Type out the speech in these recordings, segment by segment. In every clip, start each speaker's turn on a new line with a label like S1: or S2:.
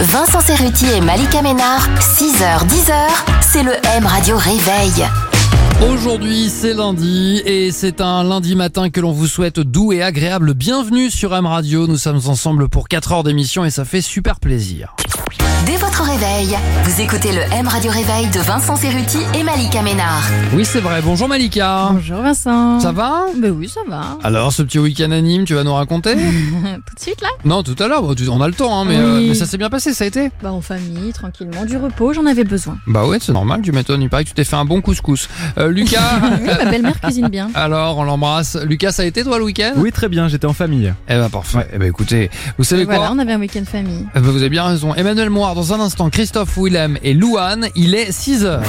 S1: Vincent Serruti et Malika Ménard, 6h, 10h, c'est le M Radio Réveil.
S2: Aujourd'hui, c'est lundi et c'est un lundi matin que l'on vous souhaite doux et agréable. Bienvenue sur M Radio. Nous sommes ensemble pour 4 heures d'émission et ça fait super plaisir.
S1: Dès votre réveil, vous écoutez le M Radio Réveil de Vincent Serruti et Malika Ménard.
S2: Oui, c'est vrai. Bonjour Malika.
S3: Bonjour Vincent.
S2: Ça va
S3: Ben oui, ça va.
S2: Alors, ce petit week-end anime, tu vas nous raconter
S3: Tout de suite là
S2: Non, tout à l'heure. Bon, tu- On a le temps, hein, mais,
S3: Oui.
S2: euh, mais ça s'est bien passé, ça a été
S3: Bah en famille, tranquillement, du repos, j'en avais besoin.
S2: Bah ouais, c'est normal. Tu m'étonnes. Il paraît que tu t'es fait un bon couscous. Euh, Lucas.
S3: Oui, ma belle-mère hein. cuisine bien.
S2: Alors, on l'embrasse. Lucas, ça a été toi le week-end
S4: Oui, très bien, j'étais en famille.
S2: Eh ben parfait. Eh ben écoutez, vous savez
S3: Et
S2: quoi
S3: voilà, on avait un week-end famille.
S2: Eh ben, vous avez bien raison. Emmanuel Moir, dans un instant, Christophe Willem et Louane, il est 6 heures.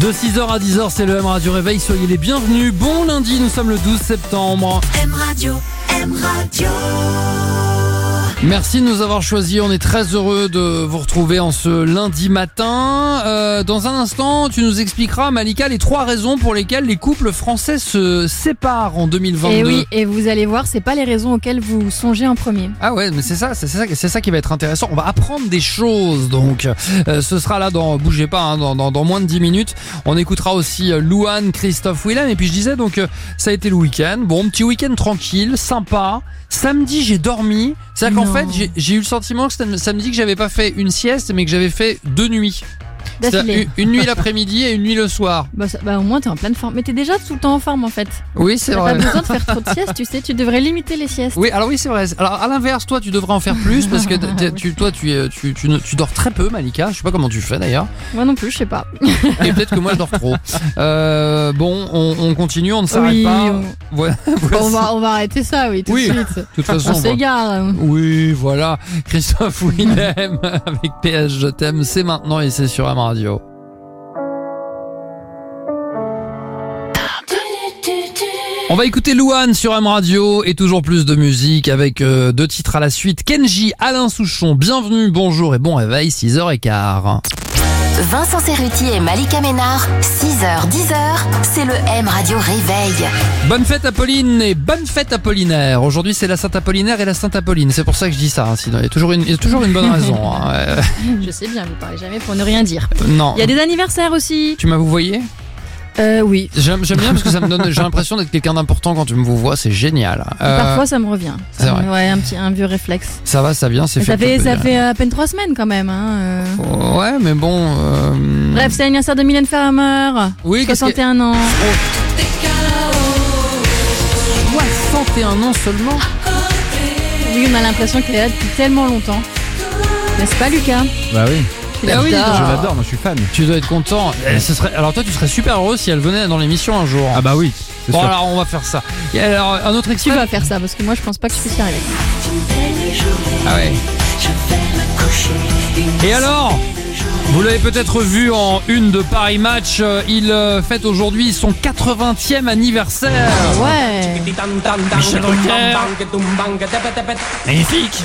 S2: De 6h à 10h, c'est le M Radio Réveil. Soyez les bienvenus. Bon lundi, nous sommes le 12 septembre. Merci de nous avoir choisis. On est très heureux de vous retrouver en ce lundi matin. Euh, dans un instant, tu nous expliqueras, Malika, les trois raisons pour lesquelles les couples français se séparent en 2022.
S3: Et oui, et vous allez voir, c'est pas les raisons auxquelles vous songez en premier.
S2: Ah ouais, mais c'est ça, c'est c'est ça, c'est ça qui va être intéressant. On va apprendre des choses, donc Euh, ce sera là dans, bougez pas, hein, dans, dans, dans moins de 10 minutes. On écoutera aussi euh, Louane, Christophe Willem. Et puis je disais donc, euh, ça a été le week-end. Bon, petit week-end tranquille, sympa. Samedi, j'ai dormi. C'est-à-dire qu'en
S3: Non.
S2: fait, j'ai- j'ai eu le sentiment que c'était samedi que j'avais pas fait une sieste, mais que j'avais fait deux nuits. C'est-à-dire
S3: D'affilée.
S2: Une, une nuit l'après-midi et une nuit le soir.
S3: Bah, ça- bah, au moins t'es en pleine forme. Mais t'es déjà tout le temps en forme en fait.
S2: Oui, c'est
S3: T'as
S2: vrai.
S3: pas besoin de faire trop de siestes, tu sais, tu devrais limiter les siestes.
S2: Oui, alors oui, c'est vrai. Alors à l'inverse, toi, tu devrais en faire plus parce que t- t- tu, toi, tu, es- tu, tu, ne- tu dors très peu, Malika. Je sais pas comment tu fais d'ailleurs.
S3: Moi non plus, je sais pas.
S2: Et peut-être que moi je dors trop. Euh, bon, on, on continue, on ne s'arrête
S3: Oui,
S2: pas.
S3: on...
S2: Voilà,
S3: on
S2: voici-
S3: va, on va arrêter ça, oui, tout
S2: Oui.
S3: de suite.
S2: De toute
S3: On
S2: façon. voilà.
S3: s'égare.
S2: Oui, voilà. Christophe Willem avec PS Je t'aime, c'est maintenant et c'est sur M Radio. On va écouter Louane sur M Radio et toujours plus de musique avec euh, deux titres à la suite. Kenji, Alain Souchon, bienvenue, bonjour et bon réveil, 6h15.
S1: Vincent Serruti et Malika Ménard, 6h, 10h, c'est le M Radio Réveil.
S2: Bonne fête Apolline et bonne fête Apollinaire. Aujourd'hui c'est la Sainte Apollinaire et la Sainte Apolline. C'est pour ça que je dis ça. hein. Sinon, il y a toujours une, il y a toujours une bonne raison. hein. Euh,
S3: Je sais bien, vous parlez jamais pour ne rien dire.
S2: non.
S3: Il y a des anniversaires aussi.
S2: Tu m'as vous voyez
S3: Euh, oui.
S2: J'aime j'aime bien parce que ça me donne. J'ai l'impression d'être quelqu'un d'important quand tu me vous vois. C'est génial. Euh,
S3: Parfois, ça me revient. Ça
S2: c'est
S3: me-
S2: vrai.
S3: Ouais, un petit, un vieux réflexe.
S2: ça va, ça vient, c'est
S3: Mais
S2: fait.
S3: Ça
S2: Oh.
S3: fait,
S2: pour
S3: ça
S2: plaisir.
S3: fait à peine trois semaines quand même. hein, euh.
S2: Ouais, mais bon. euh,
S3: Bref, c'est l'anniversaire de Mylène Farmer.
S2: Oui, qu'est-ce que-
S3: 61 ans.
S2: 61 ans seulement.
S3: Oui, on a l'impression qu'elle est là depuis tellement longtemps. N'est-ce pas, Lucas
S4: Bah oui.
S3: Tu
S2: Ah oui,
S3: l'adores.
S4: Je l'adore, moi je suis fan.
S2: Tu dois être content. Eh, ce serait... Alors toi, tu serais super heureux si elle venait dans l'émission un jour.
S4: Ah bah oui, c'est
S2: bon,
S4: sûr.
S2: alors on va faire ça. Et alors, un autre
S3: Tu
S2: extrait.
S3: vas faire ça parce que moi, je pense pas que je puisse y arriver.
S2: Ah ouais. Et alors vous l'avez peut-être vu en une de Paris Match, euh, il euh, fête aujourd'hui son 80e anniversaire.
S3: Ouais.
S2: Michel Drucker. Magnifique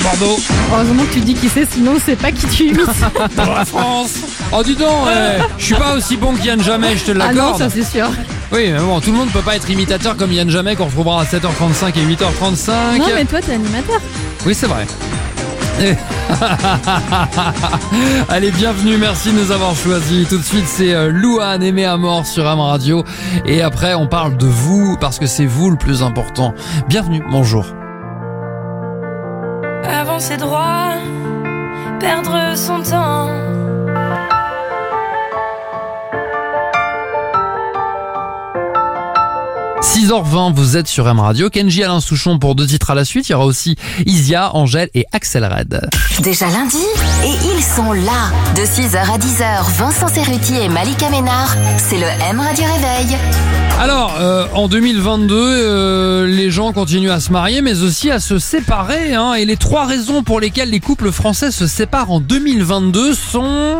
S2: Bordeaux,
S3: Heureusement que tu dis qui c'est, sinon c'est pas qui tu imites.
S2: bonjour la France Oh dis donc, eh, je suis pas aussi bon que Yann Jamais, je te
S3: ah non, ça
S2: l'accorde.
S3: c'est sûr.
S2: oui, mais bon, tout le monde peut pas être imitateur comme Yann Jamais qu'on retrouvera à 7h35 et 8h35.
S3: Non, mais toi, t'es animateur.
S2: Oui, c'est vrai. Et- Allez, bienvenue, merci de nous avoir choisis. Tout de suite, c'est euh, Louane aimé à mort sur Am Radio. Et après, on parle de vous parce que c'est vous le plus important. Bienvenue, bonjour.
S5: Avancer droit, perdre son temps.
S2: « 6h20, vous êtes sur M Radio. Kenji Alain Souchon pour deux titres à la suite. Il y aura aussi Isia, Angèle et Axel Red.
S1: Déjà lundi Et ils sont là De 6h à 10h, Vincent Serruti et Malika Ménard, c'est le M Radio Réveil.
S2: Alors, euh, en 2022, euh, les gens continuent à se marier, mais aussi à se séparer. hein. et les trois raisons pour lesquelles les couples français se séparent en 2022 sont...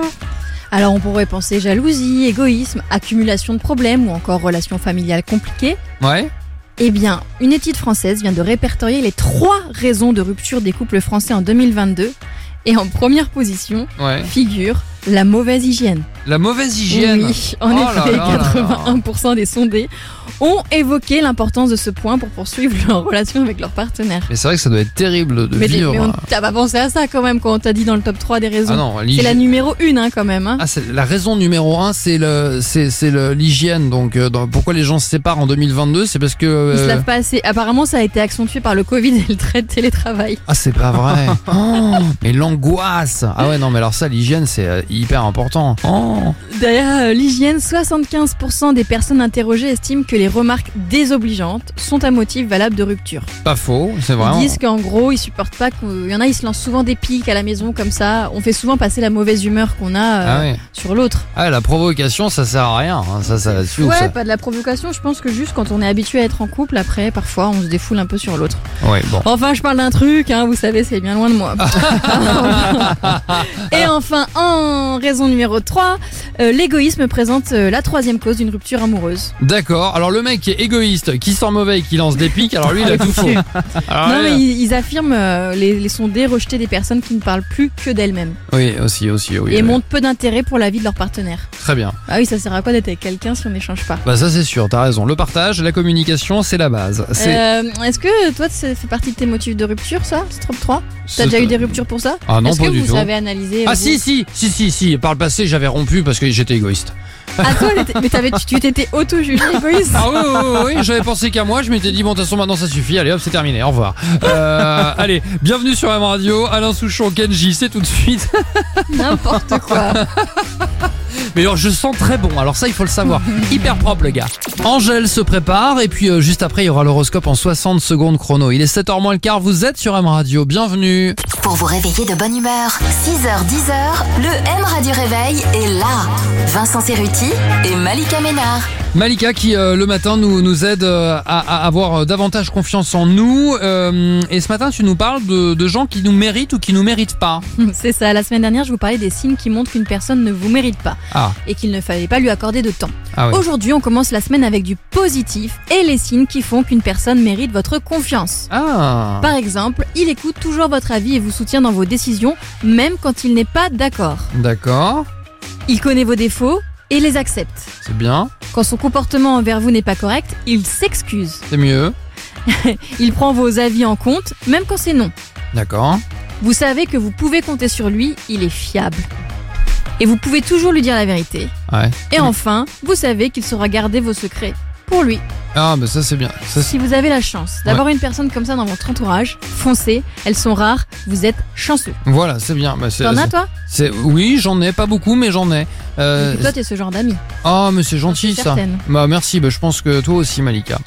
S3: Alors on pourrait penser jalousie, égoïsme, accumulation de problèmes ou encore relations familiales compliquées.
S2: Ouais
S3: Eh bien, une étude française vient de répertorier les trois raisons de rupture des couples français en 2022. Et en première position
S2: Ouais.
S3: figure la mauvaise hygiène.
S2: La mauvaise hygiène.
S3: Oui, en
S2: Oh là
S3: effet,
S2: là là
S3: 81% des sondés ont évoqué l'importance de ce point pour poursuivre leur relation avec leur partenaire.
S2: Mais c'est vrai que ça doit être terrible de
S3: Mais, t'es-
S2: vivre.
S3: mais on- t'as pas pensé à ça quand même quand on t'a dit dans le top 3 des raisons.
S2: ah non,
S3: c'est la
S2: l'hygiène.
S3: numéro 1 quand même. hein.
S2: Ah, c'est- la raison numéro un, c'est le, c'est, c'est le- l'hygiène. Donc, euh, dans- pourquoi les gens se séparent en 2022, c'est parce que.
S3: Ils se
S2: euh,
S3: lavent pas assez. Apparemment, ça a été accentué par le Covid et le trait de télétravail.
S2: Ah, c'est pas vrai. Oh, mais l'angoisse. Ah ouais, non, mais alors ça, l'hygiène, c'est euh, hyper important. Oh.
S3: Derrière euh, l'hygiène, 75% des personnes interrogées estiment que les remarques désobligeantes sont un motif valable de rupture.
S2: Pas faux, c'est vrai.
S3: Ils disent qu'en gros, ils supportent pas qu'il y en a, ils se lancent souvent des pics à la maison comme ça. On fait souvent passer la mauvaise humeur qu'on a euh,
S2: Ah ouais.
S3: sur l'autre.
S2: Ah, la provocation, ça sert à rien. hein. Ça, ça là-dessus,
S3: Ouais,
S2: ça-
S3: pas de la provocation. Je pense que juste quand on est habitué à être en couple, après, parfois, on se défoule un peu sur l'autre.
S2: Ouais, bon.
S3: Enfin, je parle d'un truc, hein, vous savez, c'est bien loin de moi. Et enfin, en raison numéro 3, l'égoïsme présente euh, la troisième cause d'une rupture amoureuse.
S2: D'accord. Alors, le mec qui est égoïste, qui sent mauvais et qui lance des pics, alors lui, il a tout faux. Ah
S3: non,
S2: ouais.
S3: mais ils, ils affirment, euh, les, les sondés, rejeter des personnes qui ne parlent plus que d'elles-mêmes
S2: Oui, aussi, aussi, oui.
S3: et
S2: oui.
S3: montrent peu d'intérêt pour la vie de leur partenaire.
S2: Très bien.
S3: Ah oui, ça sert à quoi d'être avec quelqu'un si on n'échange pas
S2: Bah, ça, c'est sûr, t'as raison. Le partage, la communication, c'est la base. C'est.
S3: Euh, Est-ce que toi, ça fait partie de tes motifs de rupture, ça, ce top 3
S2: c'est-
S3: T'as déjà eu des ruptures pour ça
S2: Ah non,
S3: Est-ce
S2: pas
S3: que
S2: du
S3: vous
S2: tout.
S3: avez analysé
S2: Ah
S3: vous
S2: si si si si si par le passé j'avais rompu parce que j'étais égoïste.
S3: Ah toi, t'étais- mais t'avais- tu- tu t'étais auto-jugé égoïste
S2: Ah oui oui oui, oui, j'avais pensé qu'à moi je m'étais dit bon de toute façon maintenant ça suffit allez hop c'est terminé au revoir. Euh, allez bienvenue sur M Radio Alain Souchon Kenji c'est tout de suite
S3: N'importe quoi.
S2: mais alors je sens très bon alors ça il faut le savoir hyper propre le gars. Angèle se prépare et puis euh, juste après il y aura l'horoscope en 60 secondes chrono il est 7h moins le quart vous êtes sur M Radio bienvenue.
S1: Pour vous réveiller de bonne humeur, 6h, 10h, le M Radio Réveil est là. Vincent Serruti et Malika Ménard.
S2: Malika qui euh, le matin nous, nous aide euh, à, à avoir euh, davantage confiance en nous Euh, et ce matin tu nous parles de, de gens qui nous méritent ou qui nous méritent pas.
S3: C'est ça, la semaine dernière, je vous parlais des signes qui montrent qu'une personne ne vous mérite pas
S2: Ah,
S3: et qu'il ne fallait pas lui accorder de temps.
S2: ah oui.
S3: Aujourd'hui, on commence la semaine avec du positif et les signes qui font qu'une personne mérite votre confiance.
S2: Ah,
S3: Par exemple, il écoute toujours votre avis et vous soutient dans vos décisions, même quand il n'est pas d'accord.
S2: d'accord,
S3: Il connaît vos défauts et les accepte.
S2: c'est bien,
S3: Quand son comportement envers vous n'est pas correct, il s'excuse.
S2: c'est mieux,
S3: Il prend vos avis en compte, même quand c'est non.
S2: d'accord.
S3: Vous savez que vous pouvez compter sur lui, il est fiable. Et vous pouvez toujours lui dire la vérité.
S2: Ouais.
S3: Et enfin, vous savez qu'il saura garder vos secrets pour lui,
S2: Ah, mais ça c'est bien. Ça, c'est-
S3: si vous avez la chance d'avoir une personne comme ça dans votre entourage. Foncez, elles sont rares, vous êtes chanceux.
S2: voilà, c'est bien. Bah, c'est-
S3: T'en as
S2: c'est-
S3: toi
S2: c'est- Oui, j'en ai, pas beaucoup, mais j'en ai.
S3: Et
S2: Euh,
S3: puis Toi, t'es ce genre d'ami.
S2: Ah, mais c'est
S3: j'en
S2: gentil
S3: suis
S2: ça.
S3: certaine.
S2: Bah merci, bah, je pense que toi aussi Malika.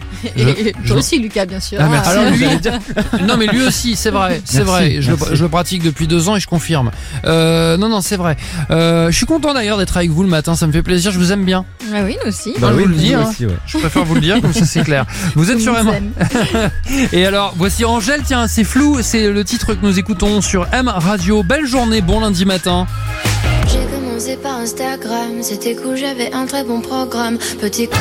S2: Je-
S3: Et
S2: je-
S3: toi aussi, Lucas, bien sûr.
S2: Ah, merci.
S3: Ah,
S2: Alors, lui- non mais lui aussi, c'est vrai, c'est
S4: Merci,
S2: vrai. Je le,
S4: merci.
S2: je le pratique depuis deux ans et je confirme. Euh, non non, c'est vrai. Euh, je suis content d'ailleurs d'être avec vous le matin, ça me fait plaisir. Je vous aime bien.
S3: Ah oui, nous aussi.
S2: Bah, je vous le dis,
S4: nous
S2: hein.
S4: aussi, ouais.
S2: Je préfère vous le dire comme ça c'est clair. Vous êtes
S3: Nous
S2: sur M.
S3: aime.
S2: Et alors, voici Angèle, tiens, c'est flou, c'est le titre que nous écoutons sur M Radio. Belle journée, bon lundi matin.
S6: J'ai commencé par Instagram, c'était cool, j'avais un très bon programme. Petit coup,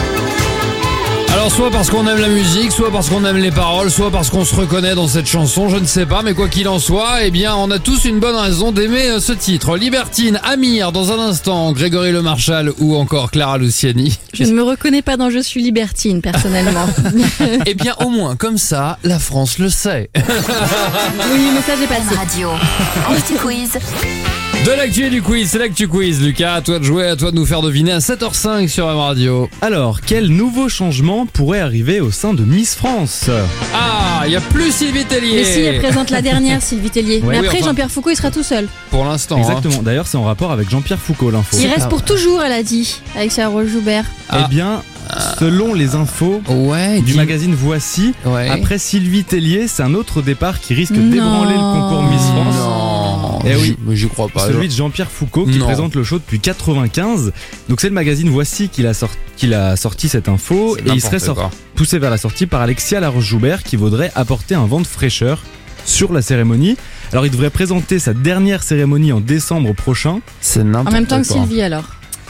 S2: Alors, soit parce qu'on aime la musique, soit parce qu'on aime les paroles, soit parce qu'on se reconnaît dans cette chanson, je ne sais pas, mais quoi qu'il en soit, eh bien, on a tous une bonne raison d'aimer euh, ce titre. Libertine, Amir, dans un instant, Grégory Le Marchal ou encore Clara Luciani.
S3: Je ne me reconnais pas dans Je suis libertine, personnellement.
S2: eh bien, au moins, comme ça, la France le sait.
S3: oui, mais ça, j'ai
S1: M
S3: passé.
S1: Radio, un petit quiz.
S2: De l'actu et du quiz, c'est l'actu quiz, Lucas. À toi de jouer, à toi de nous faire deviner à 7h05 sur M Radio.
S4: Alors, quel nouveau changement pourrait arriver au sein de Miss France
S2: Ah, il y a plus Sylvie Tellier.
S3: Mais si, elle présente la dernière, Sylvie Tellier.
S4: Ouais.
S3: mais
S2: Oui,
S3: après,
S2: enfin.
S3: Jean-Pierre Foucault, il sera tout seul.
S2: Pour l'instant. hein.
S4: Exactement. D'ailleurs, c'est en rapport avec Jean-Pierre Foucault, l'info.
S3: Il reste
S2: pas
S3: pour toujours, elle a dit, avec Sarah Joubert.
S2: Ah.
S4: Eh bien, selon les infos
S2: Ouais,
S4: du
S2: dis-
S4: magazine Voici,
S2: Ouais.
S4: après Sylvie Tellier, c'est un autre départ qui risque
S3: Non.
S4: d'ébranler le concours Miss France.
S2: Non.
S4: Eh oui.
S2: Oh, Mais j'y crois pas.
S4: Celui de Jean-Pierre Foucault qui
S2: Non.
S4: présente le show depuis 95. Donc c'est le magazine Voici qui l'a sorti, qui l'a sorti cette info
S2: C'est
S4: et il serait
S2: n'importe
S4: sorti,
S2: quoi.
S4: poussé vers la sortie par Alexia Laroche-Joubert qui voudrait apporter un vent de fraîcheur sur la cérémonie. Alors il devrait présenter sa dernière cérémonie en décembre prochain.
S2: C'est
S3: En
S2: n'importe
S3: même temps que
S2: quoi.
S3: Sylvie, alors.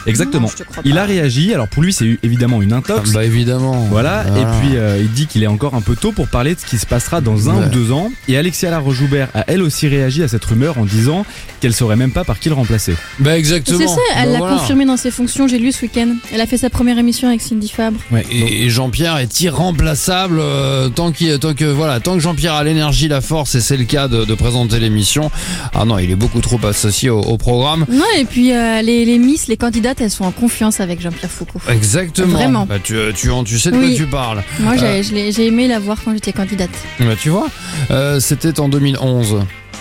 S4: Exactement.
S3: Non, je te crois
S4: il
S3: pas.
S4: a réagi, alors pour lui c'est évidemment une intox.
S2: Bah évidemment.
S4: Voilà, et puis euh, il dit qu'il est encore un peu tôt pour parler de ce qui se passera dans un
S2: Ouais.
S4: ou deux ans. Et Alexia Larojoubert a elle aussi réagi à cette rumeur en disant qu'elle saurait même pas par qui le remplacer.
S2: Bah exactement.
S3: C'est ça, elle
S2: Bah
S3: l'a
S2: voilà.
S3: confirmé dans ses fonctions, j'ai lu ce week-end. Elle a fait sa première émission avec Cindy Fabre.
S2: Ouais, et, et Jean-Pierre est irremplaçable euh, tant, qu'il- tant que voilà tant que Jean-Pierre a l'énergie, la force et c'est le cas de, de présenter l'émission. Ah non, il est beaucoup trop associé au, au programme.
S3: Non, et puis euh, les, les Miss, les candidates, elles sont en confiance avec Jean-Pierre Foucault.
S2: Exactement.
S3: Vraiment.
S2: Bah, tu, euh, tu, en- tu sais de quoi
S3: Oui.
S2: tu parles. Euh,
S3: Moi, j'ai je l'ai- j'ai aimé la voir quand j'étais candidate.
S2: Bah, tu vois, euh, c'était en 2011,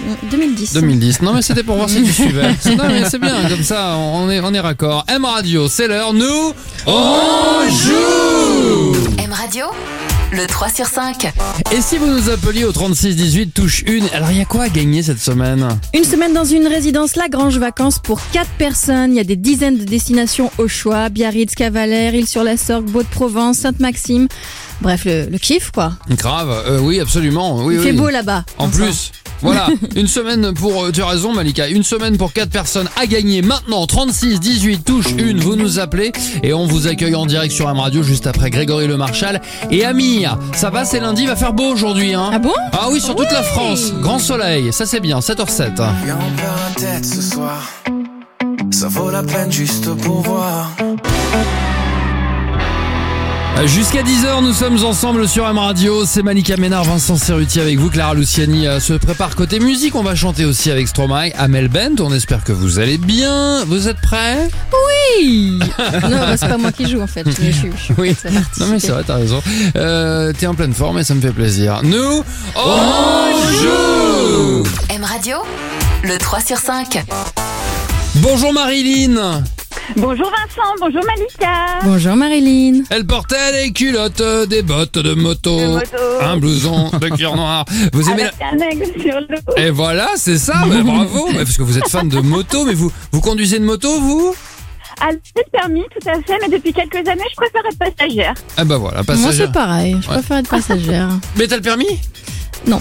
S3: Euh, 2010.
S2: 2010. Non mais c'était pour voir si tu suivais. C'est- Non mais c'est bien, comme ça on est, on est raccord. M Radio, c'est l'heure, nous on joue
S1: M Radio, le 3 sur 5.
S2: Et si vous nous appeliez au 3618 touche 1, alors il y a quoi à gagner cette semaine
S3: Une semaine dans une résidence Lagrange Vacances pour 4 personnes. Il y a des dizaines de destinations au choix. Biarritz, Cavalère, Île-sur-la-Sorgue, Beau-de-Provence, Sainte-Maxime. Bref, le, le kiff quoi.
S2: Grave, euh, oui, absolument. Oui,
S3: Il
S2: oui.
S3: fait beau là-bas.
S2: En
S3: Vincent.
S2: plus, voilà, une semaine pour. euh, Tu as raison, Malika. Une semaine pour 4 personnes à gagner maintenant. 36, 18, touche 1, vous nous appelez et on vous accueille en direct sur M Radio juste après Grégory Le Marchal et Amir. Ça va, c'est lundi, il va faire beau aujourd'hui, hein
S3: Ah bon
S2: Ah oui, sur toute la France. Grand soleil, ça c'est bien, 7h07.
S7: Viens, on perd la tête ce soir. Ça vaut la peine juste pour voir.
S2: Euh, Jusqu'à 10h, nous sommes ensemble sur M Radio. C'est Malika Ménard, Vincent Cerruti avec vous. Clara Luciani euh, se prépare côté musique. On va chanter aussi avec Stromae, Amel Bent. On espère que vous allez bien. Vous êtes prêts
S3: Oui. Non, bah, c'est pas moi qui joue en fait. Je, je, je, je-
S2: Oui.
S3: ça participe.
S2: Non mais c'est vrai, t'as raison. Euh, T'es en pleine forme et ça me fait plaisir. Nous, on joue
S1: M Radio, le 3 sur 5.
S2: Bonjour Marilyn
S8: Bonjour Vincent, bonjour Malika.
S3: Bonjour Marilyn.
S2: Elle portait des culottes, euh, des bottes de moto,
S8: De moto.
S2: un blouson de cuir noir. Vous aimez la...
S8: Avec un aigle sur le haut.
S2: Et voilà, c'est ça, bah, bravo Ouais, Parce que vous êtes fan de moto, mais vous, vous conduisez une moto, vous
S8: Ah, j'ai le permis, tout à fait, mais depuis quelques années, je préfère être passagère.
S2: Ah bah voilà,
S3: Moi
S2: passagère.
S3: c'est pareil. Je
S2: Ouais.
S3: préfère être passagère.
S2: Mais t'as le permis
S3: Non.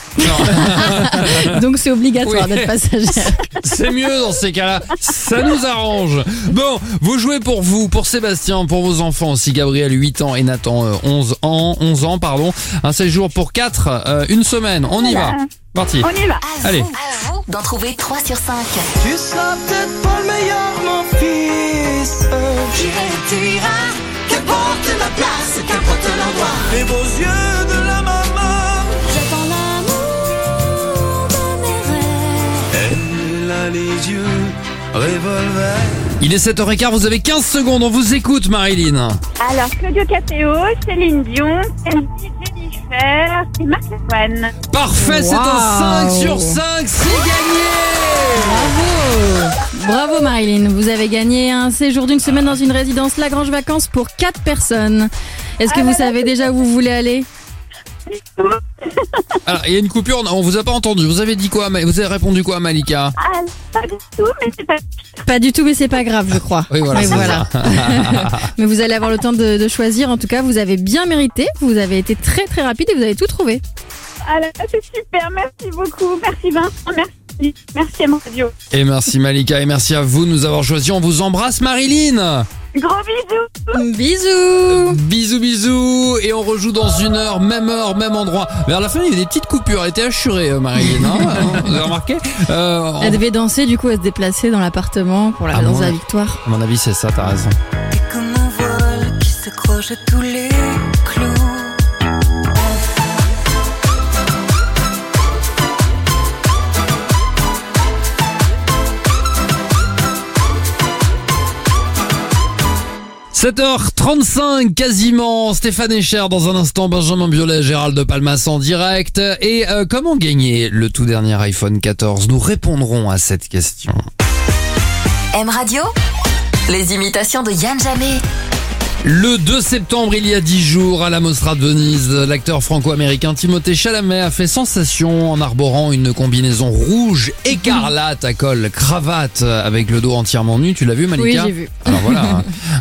S3: Donc c'est obligatoire
S2: Oui.
S3: d'être passagère.
S2: C'est mieux dans ces cas-là. Ça nous arrange. Bon, vous jouez pour vous, pour Sébastien, pour vos enfants aussi. Gabriel, 8 ans, et Nathan, euh, 11 ans. 11 ans, pardon. Un séjour pour 4, une semaine. On y va. Parti.
S8: On y va.
S1: À
S2: Allez.
S1: vous, à vous d'en trouver 3 sur 5.
S7: Tu seras peut-être pas le meilleur, mon fils.
S9: hein, Qu'importe la place, qu'importe l'endroit.
S7: Les beaux yeux de la maman.
S9: J'attends l'amour de mes rêves.
S7: Elle a les yeux revolver.
S2: Il est 7h15, vous avez 15 secondes. On vous écoute, Marilyn.
S8: Alors, Claudio Capéo, Céline Dion, Elsie Jennifer et Marc Lavoine.
S2: Parfait, c'est un 5
S3: Wow.
S2: sur 5. C'est gagné.
S3: Bravo Bravo Marilyn, vous avez gagné un séjour d'une semaine dans une résidence Lagrange Vacances pour 4 personnes. Est-ce
S8: Ah,
S3: que vous
S8: bah,
S3: savez déjà où vous voulez aller
S2: Alors, il y a une coupure. On on vous a pas entendu. Vous avez dit quoi Ma- Vous avez répondu quoi, Malika
S8: Ah, pas du tout, mais c'est pas.
S3: Pas du tout, mais c'est pas grave, je crois.
S2: Oui, voilà.
S3: Mais,
S2: c'est
S3: voilà.
S2: ça.
S3: mais vous allez avoir le temps de, de choisir. En tout cas, vous avez bien mérité. Vous avez été très très rapide et vous avez tout trouvé.
S8: Ah là, c'est super, merci beaucoup. Merci Vincent, merci. Merci à mon radio.
S2: Et merci, Malika. Et merci à vous de nous avoir choisis. On vous embrasse, Marilyn.
S8: Gros bisous.
S3: Bisous
S2: Bisous bisous et on rejoue dans une heure, même heure, même endroit. Vers la fin il y a eu des petites coupures, elle était assurée euh, Marilyn, hein, hein, vous avez remarqué Euh, en-
S3: Elle devait danser, du coup, elle se déplaçait dans l'appartement pour la
S2: Ah
S3: danse
S2: bon
S3: de la victoire.
S2: À mon avis c'est ça, t'as raison.
S9: Et comme un voile qui s'accroche à tous les clous.
S2: h 35 quasiment, Stéphane Echer dans un instant, Benjamin Biolay, Gérald de Palmas en direct. Et euh, comment gagner le tout dernier iPhone 14 Nous répondrons à cette question.
S1: M Radio, les imitations de Yann Jamais.
S2: Le 2 septembre, il y a 10 jours, à la Mostra de Venise, l'acteur franco-américain Timothée Chalamet a fait sensation en arborant une combinaison rouge écarlate à col cravate avec le dos entièrement nu. Tu l'as vu,
S3: Oui,
S2: Malika
S3: j'ai vu.
S2: Alors voilà,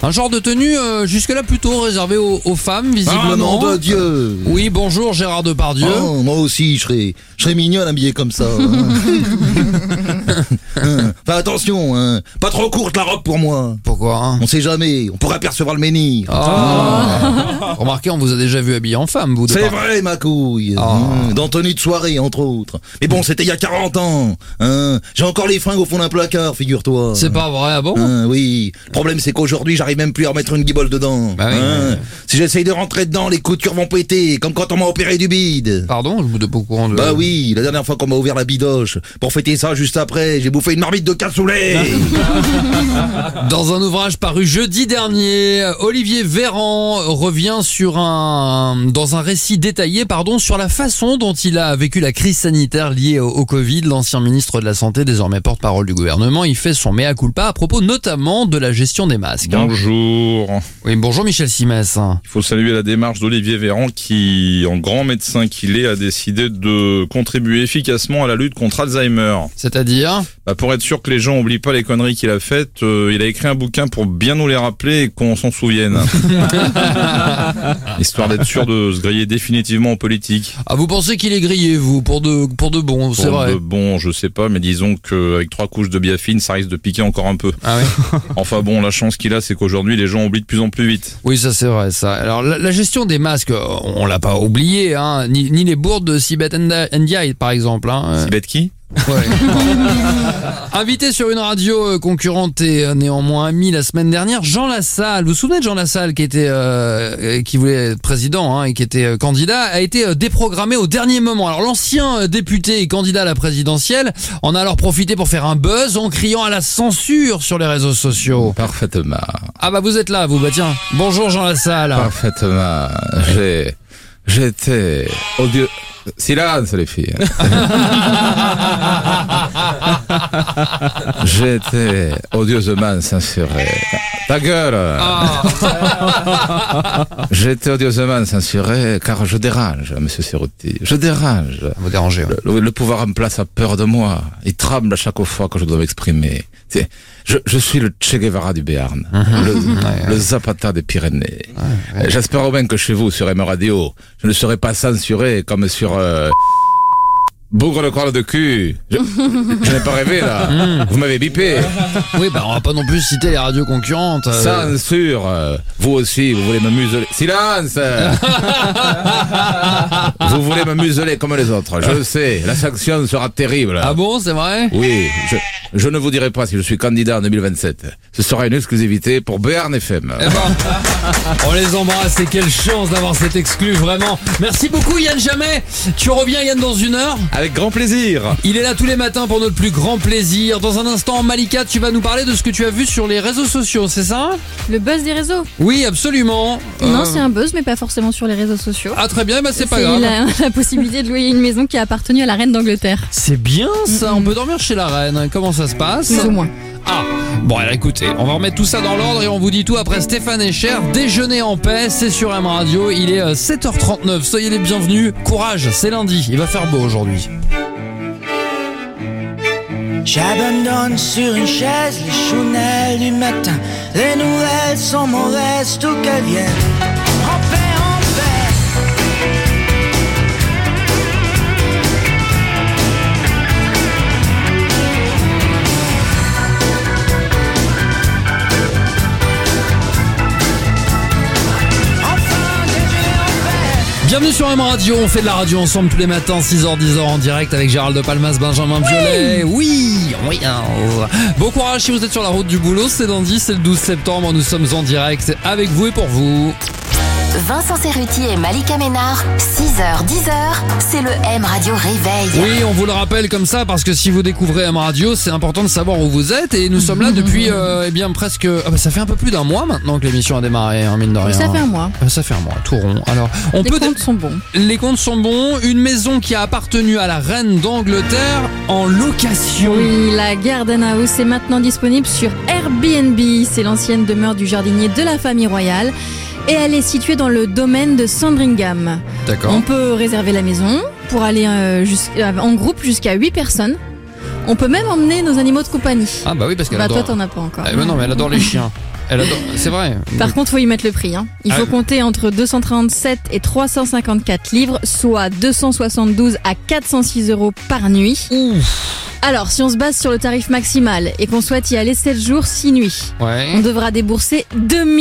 S2: un- un genre de tenue euh, jusque-là plutôt réservé aux, aux femmes, visiblement.
S10: Ah, nom de Dieu
S2: Oui, bonjour Gérard Depardieu.
S10: Oh, Moi aussi, je serais, je serais mignonne habillée comme ça. Hein. Fais attention, hein. pas trop courte la robe pour moi.
S2: Pourquoi hein
S10: On sait jamais, on pourrait apercevoir le menhir.
S2: Ah. Remarquez, on vous a déjà vu habillé en femme, vous
S10: C'est
S2: Depardieu.
S10: vrai, ma couille.
S2: Ah.
S10: Hein, D'Anthony de soirée, entre autres. Mais bon, c'était il y a 40 ans. hein. J'ai encore les fringues au fond d'un placard, figure-toi.
S2: C'est pas vrai, ah bon
S10: Hein, oui, le problème c'est qu'aujourd'hui j'arrive même plus à remettre une guibole dedans.
S2: Bah oui,
S10: Hein.
S2: ouais.
S10: Si j'essaye de rentrer dedans, les coutures vont péter, comme quand on m'a opéré du bide.
S2: Pardon, je vous donne pas au courant de...
S10: Bah oui, la dernière fois qu'on m'a ouvert la bidoche, pour fêter ça juste après, j'ai bouffé une marmite de cassoulet.
S2: Dans un ouvrage paru jeudi dernier, Olivier Véran revient sur un, dans un récit détaillé, pardon, sur la façon dont il a vécu la crise sanitaire liée au, au Covid. L'ancien ministre de la Santé, désormais porte-parole du gouvernement, il fait son mea culpa à propos notamment de la gestion des masques.
S11: Bonjour.
S2: Oui, bonjour Michel Simès.
S11: Il faut saluer la démarche d'Olivier Véran qui, en grand médecin qu'il est, a décidé de contribuer efficacement à la lutte contre Alzheimer.
S2: C'est-à-dire?
S11: Bah, pour être sûr que les gens oublient pas les conneries qu'il a faites, euh, il a écrit un bouquin pour bien nous les rappeler et qu'on s'en souvienne. Histoire d'être sûr de se griller définitivement en politique.
S2: Ah, vous pensez qu'il est grillé, vous, pour de, pour de bon, Oh, c'est
S11: Pour
S2: vrai.
S11: de Bon, je sais pas, mais disons qu'avec trois couches de biafine, ça risque de piquer encore un peu.
S2: Ah ouais?
S11: Enfin bon, la chance qu'il a, c'est qu'aujourd'hui, les gens oublient de plus en plus vite.
S2: Oui, ça c'est vrai, ça. Alors, la, la gestion des masques, euh, on l'a pas oublié, hein, ni, ni les bourdes de Sibeth Enda- Ndiaye, par exemple. Hein. Euh,
S11: Sibeth qui
S2: ouais. Invité sur une radio euh, concurrente et euh, néanmoins ami la semaine dernière, Jean Lassalle, vous vous souvenez de Jean Lassalle qui était euh, euh, qui voulait être président hein, et qui était euh, candidat, a été euh, déprogrammé au dernier moment. Alors l'ancien euh, député et candidat à la présidentielle en a alors profité pour faire un buzz en criant à la censure sur les réseaux sociaux.
S12: Parfaitement,
S2: Ah bah vous êtes là, vous, bah tiens. Bonjour Jean Lassalle.
S12: parfaitement. J'ai, j'étais odieux. Silence, les filles.
S2: Ah.
S12: j'étais odieusement censuré. Ta gueule. J'étais odieusement censuré car je dérange, monsieur Cerruti. Je dérange.
S2: Vous dérangez.
S12: Le, le pouvoir en place a peur de moi. Il tremble à chaque fois que je dois m'exprimer. C'est- Je, je suis le Che Guevara du Béarn, le, le Zapata des Pyrénées. J'espère au moins que chez vous, sur M Radio, je ne serai pas censuré comme sur... euh, Bougre le corps de cul. Je, je n'ai pas rêvé là.
S2: Hmm.
S12: Vous m'avez bipé.
S2: Oui, bah on va pas non plus citer les radios concurrentes. euh.
S12: Censure euh, Vous aussi, vous voulez me museler Silence Vous voulez me museler comme les autres, je le sais. La sanction sera terrible.
S2: Ah bon, c'est vrai
S12: Oui, je, je ne vous dirai pas si je suis candidat en 2027. Ce sera une exclusivité pour BRN FM.
S2: Eh ben, On les embrasse et quelle chance d'avoir cet exclu, vraiment. Merci beaucoup Yann Jamais. Tu reviens Yann dans une heure
S11: Avec grand plaisir.
S2: Il est là tous les matins pour notre plus grand plaisir. Dans un instant, Malika, tu vas nous parler de ce que tu as vu sur les réseaux sociaux, c'est ça
S3: Le buzz des réseaux.
S2: Oui, absolument.
S3: Non,
S2: Euh,
S3: c'est un buzz, mais pas forcément sur les réseaux sociaux.
S2: Ah très bien, bah c'est pas
S3: C'est
S2: grave.
S3: la, la possibilité de louer une maison qui a appartenu à la reine d'Angleterre.
S2: C'est bien ça, on peut dormir chez la reine. hein. Comment ça se passe
S3: Plus ou moins.
S2: Ah, bon, alors écoutez, on va remettre tout ça dans l'ordre et on vous dit tout après Stéphane Echer. Déjeuner en paix, c'est sur M Radio. Il est euh, 7h39. Soyez les bienvenus. Courage, c'est lundi. Il va faire beau aujourd'hui.
S13: J'abandonne sur une chaise les chounelles du matin. Les nouvelles sont mauvaises, tout qu'elles viennent. En paix, en paix.
S2: Bienvenue sur M Radio. On fait de la radio ensemble tous les matins, 6h, 10h en direct avec Gérald de Palmas, Benjamin Violet. Oui, oui. hein. Bon courage si vous êtes sur la route du boulot. C'est lundi, c'est le 12 septembre. Nous sommes en direct avec vous et pour vous.
S1: Vincent Serruti et Malika Ménard, 6h, 10h, c'est le M Radio Réveil.
S2: Oui, on vous le rappelle comme ça parce que si vous découvrez M Radio, c'est important de savoir où vous êtes et nous sommes là depuis euh, eh bien presque ah bah, ça fait un peu plus d'un mois maintenant que l'émission a démarré en mine de rien.
S3: Ça fait un mois.
S2: Ah, Ça fait un mois, tout rond. Alors, on
S3: Les
S2: peut
S3: comptes sont bons.
S2: Les comptes sont bons, une maison qui a appartenu à la reine d'Angleterre en location.
S3: Oui, la Garden House est maintenant disponible sur Airbnb. C'est l'ancienne demeure du jardinier de la famille royale et elle est située dans le domaine de Sandringham.
S2: D'accord.
S3: On peut réserver la maison pour aller euh, jusqu'- euh, en groupe jusqu'à 8 personnes. On peut même emmener nos animaux de compagnie.
S2: Ah bah oui parce qu'elle
S3: bah
S2: adore.
S3: toi t'en as pas encore.
S2: Eh ben non, mais elle adore les chiens. Elle adore, c'est vrai.
S3: Par contre, faut y mettre le prix. hein. Il
S2: Mm. Ah.
S3: faut compter entre 237 et 354 livres, soit 272 à 406 euros par nuit. Alors, si on se base sur le tarif maximal et qu'on souhaite y aller 7 jours, 6 nuits,
S2: Ouais.
S3: on devra débourser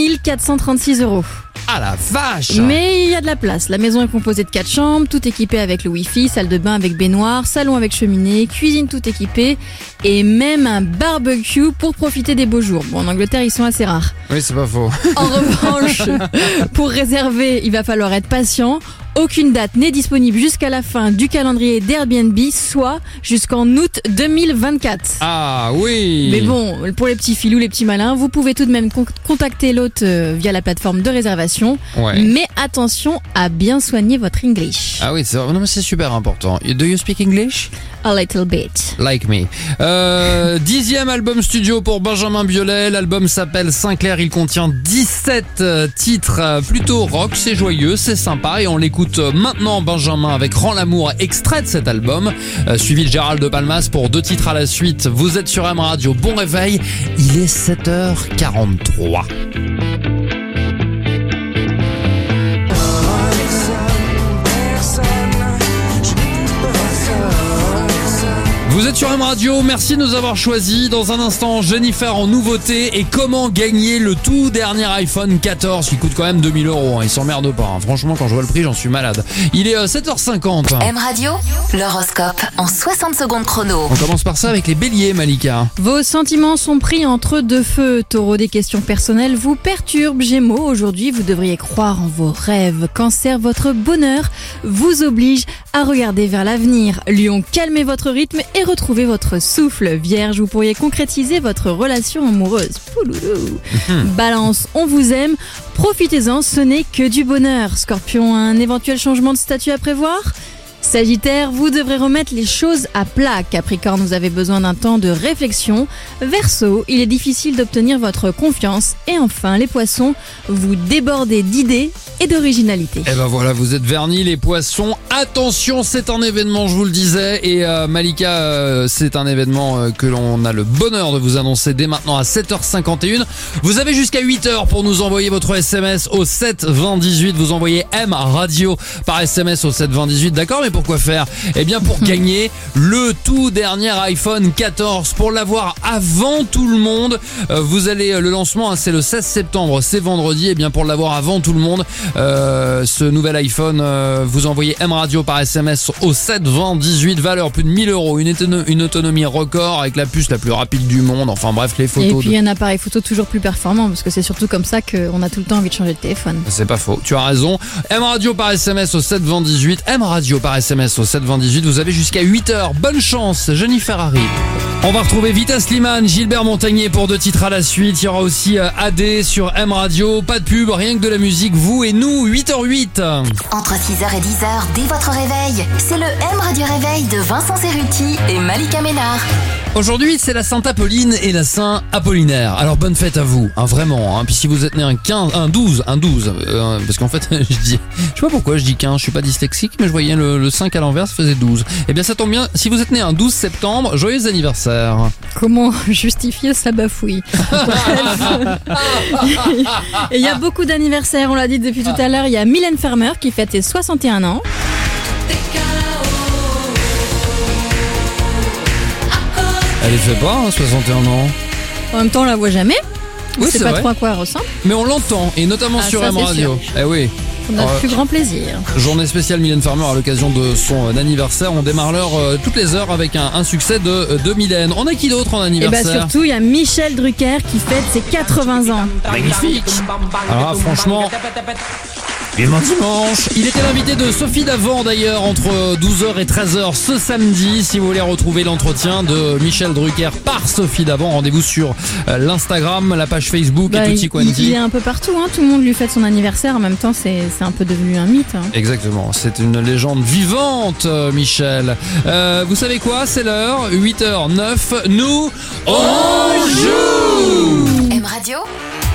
S3: 2436 euros.
S2: Ah la vache.
S3: Mais il y a de la place. La maison est composée de 4 chambres, tout équipée avec le wifi, salle de bain avec baignoire, salon avec cheminée, cuisine tout équipée et même un barbecue pour profiter des beaux jours. Bon, en Angleterre, ils sont assez rares.
S2: Oui, c'est pas faux.
S3: En revanche, pour réserver, il va falloir être patient. Aucune date n'est disponible jusqu'à la fin du calendrier d'Airbnb, soit jusqu'en août 2024.
S2: Ah oui.
S3: Mais bon, pour les petits filous, les petits malins, vous pouvez tout de même con- contacter l'hôte euh, via la plateforme de réservation.
S2: Ouais.
S3: Mais attention à bien soigner votre English.
S2: Ah oui, c'est non, mais c'est super important. Do you speak English?
S3: A little bit.
S2: Like me. Euh, dixième album studio pour Benjamin Biolay. L'album s'appelle Sinclair. Il contient 17 euh, titres euh, plutôt rock. C'est joyeux, c'est sympa. Et on l'écoute euh, maintenant, Benjamin, avec Rends l'amour, extrait de cet album. Euh, suivi de Gérald de Palmas pour deux titres à la suite. Vous êtes sur M Radio. Bon réveil. Il est 7h43. Vous êtes sur M Radio, merci de nous avoir choisis. Dans un instant, Jennifer en nouveauté et comment gagner le tout dernier iPhone 14 qui coûte quand même 2000 euros. hein. Il s'emmerde pas. hein. Franchement, quand je vois le prix, j'en suis malade. Il est euh, 7h50.
S1: M Radio, l'horoscope en 60 secondes chrono.
S2: On commence par ça avec les béliers, Malika.
S3: Vos sentiments sont pris entre deux feux. Taureau, des questions personnelles vous perturbent. Gémeaux, aujourd'hui, vous devriez croire en vos rêves. Cancer, votre bonheur vous oblige à regarder vers l'avenir. Lion, calmez votre rythme et retrouvez votre souffle. Vierge, vous pourriez concrétiser votre relation amoureuse. Pouloulou.
S13: Mhm.
S3: Balance, on vous aime. Profitez-en, ce n'est que du bonheur. Scorpion, un éventuel changement de statut à prévoir Sagittaire, vous devrez remettre les choses à plat. Capricorne, vous avez besoin d'un temps de réflexion. Verseau, il est difficile d'obtenir votre confiance. Et enfin, les poissons, vous débordez d'idées et d'originalité.
S2: Et ben voilà, vous êtes vernis les poissons. Attention, c'est un événement, je vous le disais. Et euh, Malika, euh, c'est un événement euh, que l'on a le bonheur de vous annoncer dès maintenant à 7h51. Vous avez jusqu'à 8h pour nous envoyer votre SMS au 7 20 18. Vous envoyez M Radio par SMS au 7 20 18. D'accord, mais pourquoi faire Eh bien pour gagner le tout dernier iPhone 14. Pour l'avoir avant tout le monde, euh, vous allez euh, le lancement, hein, c'est le 16 septembre, c'est vendredi. Et bien pour l'avoir avant tout le monde, euh, ce nouvel iPhone, euh, vous envoyez M Radio par SMS au 7 20 18 valeur plus de 1000 euros, une, étono- une autonomie record avec la puce la plus rapide du monde. Enfin bref, les
S3: Et
S2: photos.
S3: puis,
S2: de-
S3: un appareil photo toujours plus performant, parce que c'est surtout comme ça qu'on a tout le temps envie de changer de téléphone.
S2: C'est pas faux, tu as raison. M Radio par SMS au 7 20 18, M Radio par SMS au 7 20 18. Vous avez jusqu'à 8 heures. Bonne chance, Jennifer Ferrari. On va retrouver Vita Slimane, Gilbert Montagnier pour deux titres à la suite. Il y aura aussi euh, AD sur M Radio. Pas de pub, rien que de la musique. Vous et nous, 8h08.
S1: Entre 6h et 10h, dès votre réveil, c'est le M Radio Réveil de Vincent Serruti et Malika Ménard.
S2: Aujourd'hui, c'est la Sainte Apolline et la Saint Apollinaire. Alors bonne fête à vous, hein, vraiment. Hein. Puis si vous êtes né un 15, un 12, un 12, euh, parce qu'en fait, je dis, je sais pas pourquoi je dis 15, je suis pas dyslexique, mais je voyais le, le 5 à l'envers, ça faisait 12. Eh bien, ça tombe bien. Si vous êtes né un 12 septembre, joyeux anniversaire.
S3: Comment justifier sa bafouille Et il y a beaucoup d'anniversaires, on l'a dit depuis tout à l'heure. Il y a Mylène Farmer qui fête ses 61 ans.
S2: Elle les fait pas, hein, 61 ans.
S3: En même temps, on la voit jamais.
S2: Oui,
S3: c'est
S2: c'est
S3: pas
S2: vrai.
S3: trop à quoi elle ressemble.
S2: Mais on l'entend, et notamment
S3: Ah,
S2: sur
S3: ça,
S2: M
S3: c'est
S2: Radio.
S3: sûr.
S2: Eh oui.
S3: pour notre
S2: Ouais.
S3: plus grand plaisir.
S2: Journée spéciale Mylène Farmer à l'occasion de son euh, anniversaire. On démarre l'heure euh, toutes les heures avec un, un succès de, euh, de Mylène. On a qui d'autre en
S3: Et bah
S2: anniversaire
S3: surtout, il y a Michel Drucker qui fête ses 80 ans.
S2: Magnifique
S13: Ah,
S2: Alors là, Ah, franchement, vivement dimanche Il était l'invité de Sophie Davant d'ailleurs entre 12h et 13h ce samedi. Si vous voulez retrouver l'entretien de Michel Drucker par Sophie Davant, rendez-vous sur euh, l'Instagram, la page Facebook
S3: Bah,
S2: et
S3: il,
S2: Tutti
S3: il
S2: Quanti.
S3: est un peu partout, hein, tout le monde lui fête son anniversaire. En même temps, c'est c'est un peu devenu un mythe. hein.
S2: Exactement, c'est une légende vivante, euh, Michel. Euh, vous savez quoi, c'est l'heure, 8h09, nous, on joue
S1: M Radio,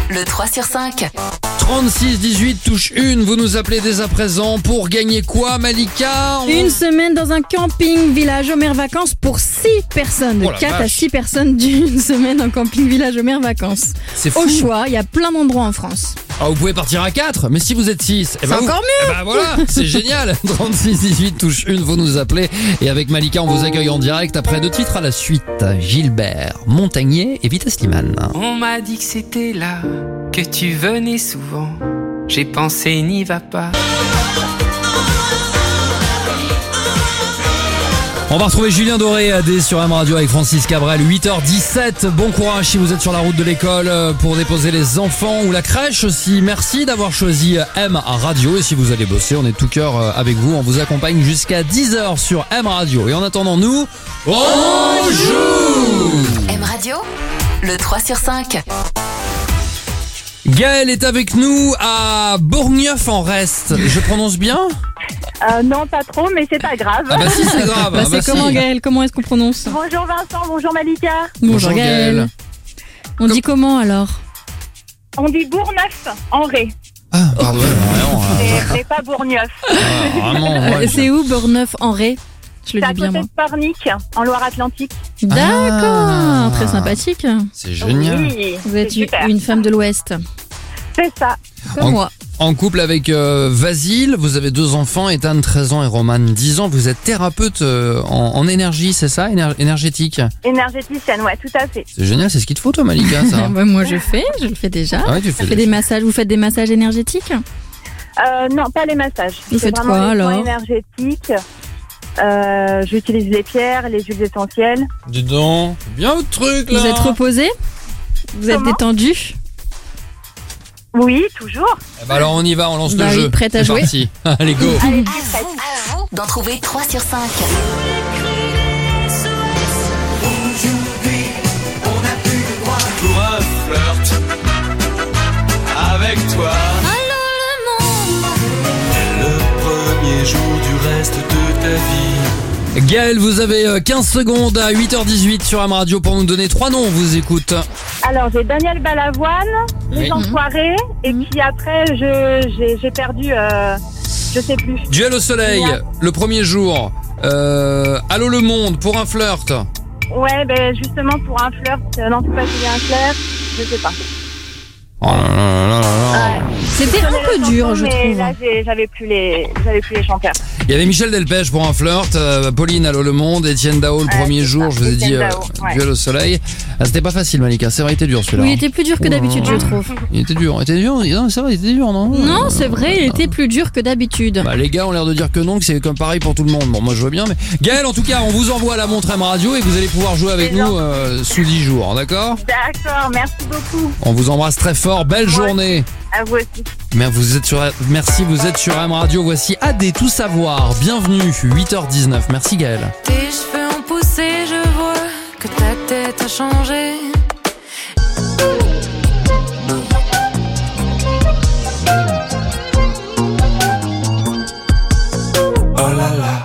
S1: le 3 sur 5.
S2: 36 18 touche 1, vous nous appelez dès à présent pour gagner quoi Malika On-
S3: Une semaine dans un camping village Homer Vacances pour 6 personnes. De
S2: Oh la
S3: 4 à
S2: vache.
S3: 6 personnes d'une semaine en camping village Homer Vacances.
S2: C'est
S3: Au
S2: fou.
S3: choix, il y a plein d'endroits en France.
S2: Ah, vous pouvez partir à 4, mais si vous êtes 6,
S3: C'est encore mieux.
S2: Bah voilà, c'est génial 36 18 touche 1, vous nous appelez et avec Malika on vous accueille en direct après deux titres à la suite. Gilbert, Montagnier et Vitesse Liman.
S14: On m'a dit que c'était là que tu venais souvent. J'ai pensé n'y va pas.
S2: On va retrouver Julien Doré AD sur M Radio avec Francis Cabrel, 8h17. Bon courage si vous êtes sur la route de l'école euh, pour déposer les enfants ou la crèche aussi. Merci d'avoir choisi euh, M Radio et si vous allez bosser, on est de tout cœur euh, avec vous. On vous accompagne jusqu'à 10h sur M Radio. Et en attendant, nous, on joue
S1: M Radio, le 3 sur 5.
S2: Gaël est avec nous à Bourgneuf en reste. Je prononce bien
S8: Euh, non, pas trop, mais c'est pas grave.
S2: Ah bah si, c'est grave.
S3: Bah,
S2: Ah
S3: c'est
S2: bah si.
S3: comment, Gaël Comment est-ce qu'on prononce
S8: Bonjour Vincent, bonjour Malika.
S3: Bonjour, Gaël. On dit comment alors
S8: On dit Bourneuf en Ré,
S2: Ah, pardon, vraiment,
S8: mais,
S2: euh,
S8: mais pas Bourgneuf.
S2: ah, vraiment, ouais.
S3: Euh, C'est où Bourneuf en Ré Je
S8: C'est
S3: le
S8: à
S3: dis
S8: côté
S3: bien moi.
S8: de Pornic, en Loire-Atlantique.
S3: D'accord,
S2: Ah.
S3: très sympathique.
S2: C'est génial.
S8: Oui,
S3: Vous êtes
S8: c'est
S3: une,
S8: super.
S3: une femme de l'Ouest,
S8: C'est ça.
S3: comme
S2: En-
S3: moi.
S2: En couple avec euh, Vasile, vous avez deux enfants, Ethan 13 ans et Roman 10 ans. Vous êtes thérapeute euh, en, en énergie, c'est ça éner- Énergétique.
S8: Énergéticienne, ouais, tout à fait.
S2: C'est génial, c'est ce qu'il te faut toi Malika ça. hein.
S3: Bah, moi je fais, je le fais déjà.
S2: Ah ouais, tu
S3: Ça
S2: fais
S3: fait
S2: déjà.
S3: des massages, vous faites des massages énergétiques
S8: Euh, non, pas les massages.
S3: Vous
S8: C'est
S3: faites
S8: vraiment
S3: quoi,
S8: les soins
S3: alors
S8: énergétiques. Euh, J'utilise les pierres, les huiles essentielles.
S2: Dis donc, bien votre truc
S3: Vous
S2: là.
S3: êtes reposé Vous êtes
S8: Comment
S3: détendu
S8: Oui, toujours.
S2: Eh ben alors on y va, on lance
S3: Bah
S2: le
S3: oui,
S2: jeu.
S3: prête à
S2: C'est
S3: jouer.
S2: parti. Allez go.
S1: Allez, à vous, à vous d'en trouver 3 sur 5.
S13: Aujourd'hui, on n'a plus le droit pour un flirt avec toi. Allô le monde. Le premier jour du reste de ta vie.
S2: Gaël, vous avez euh, 15 secondes à 8h18 sur Am Radio pour nous donner trois noms. On vous écoute.
S8: Alors, j'ai Daniel Balavoine,
S2: Oui.
S8: Les Enfoirés, et
S3: Mhm.
S8: puis après, je- j'ai j'ai perdu, euh, je sais plus.
S2: Duel au soleil, le premier jour. Euh, Allô le monde pour un flirt.
S8: Ouais, ben justement, pour un flirt, euh, non, c'est pas qu'il y a un flirt, je sais pas.
S2: Oh là là là là là.
S3: C'était
S8: Je
S3: un
S8: connais
S3: peu
S8: la
S3: dur,
S8: chanson,
S3: je
S8: mais
S3: trouve. hein.
S8: Là, j'ai- j'avais plus les, j'avais plus les chanteurs.
S2: Il y avait Michel Delpech pour un flirt, euh, Pauline Allô le monde, Étienne Dao le premier jour, je vous ai
S8: Étienne
S2: dit euh,
S8: Dao, ouais.
S2: duel au soleil. Ah, c'était pas facile Malika, c'est vrai, il était dur celui-là. hein.
S3: Oui, il était plus dur que d'habitude, je trouve.
S2: Il était dur, il était dur, non, c'est vrai, il était dur, non Ah.
S3: Non, c'est vrai, il était plus dur que d'habitude.
S2: Bah, les gars ont l'air de dire que non, que c'est comme pareil pour tout le monde. Bon, moi je veux bien, mais Gaël, en tout cas, on vous envoie la montre M Radio et vous allez pouvoir jouer avec nous euh, sous 10 jours, d'accord
S8: D'accord, merci beaucoup.
S2: On vous embrasse très fort, belle journée.
S8: À vous aussi.
S2: Mais vous êtes sur, merci, vous êtes sur M Radio. Voici AD Tout Savoir. Bienvenue, 8h19. Merci Gaël.
S9: Tes cheveux ont poussé, je vois que ta tête a changé.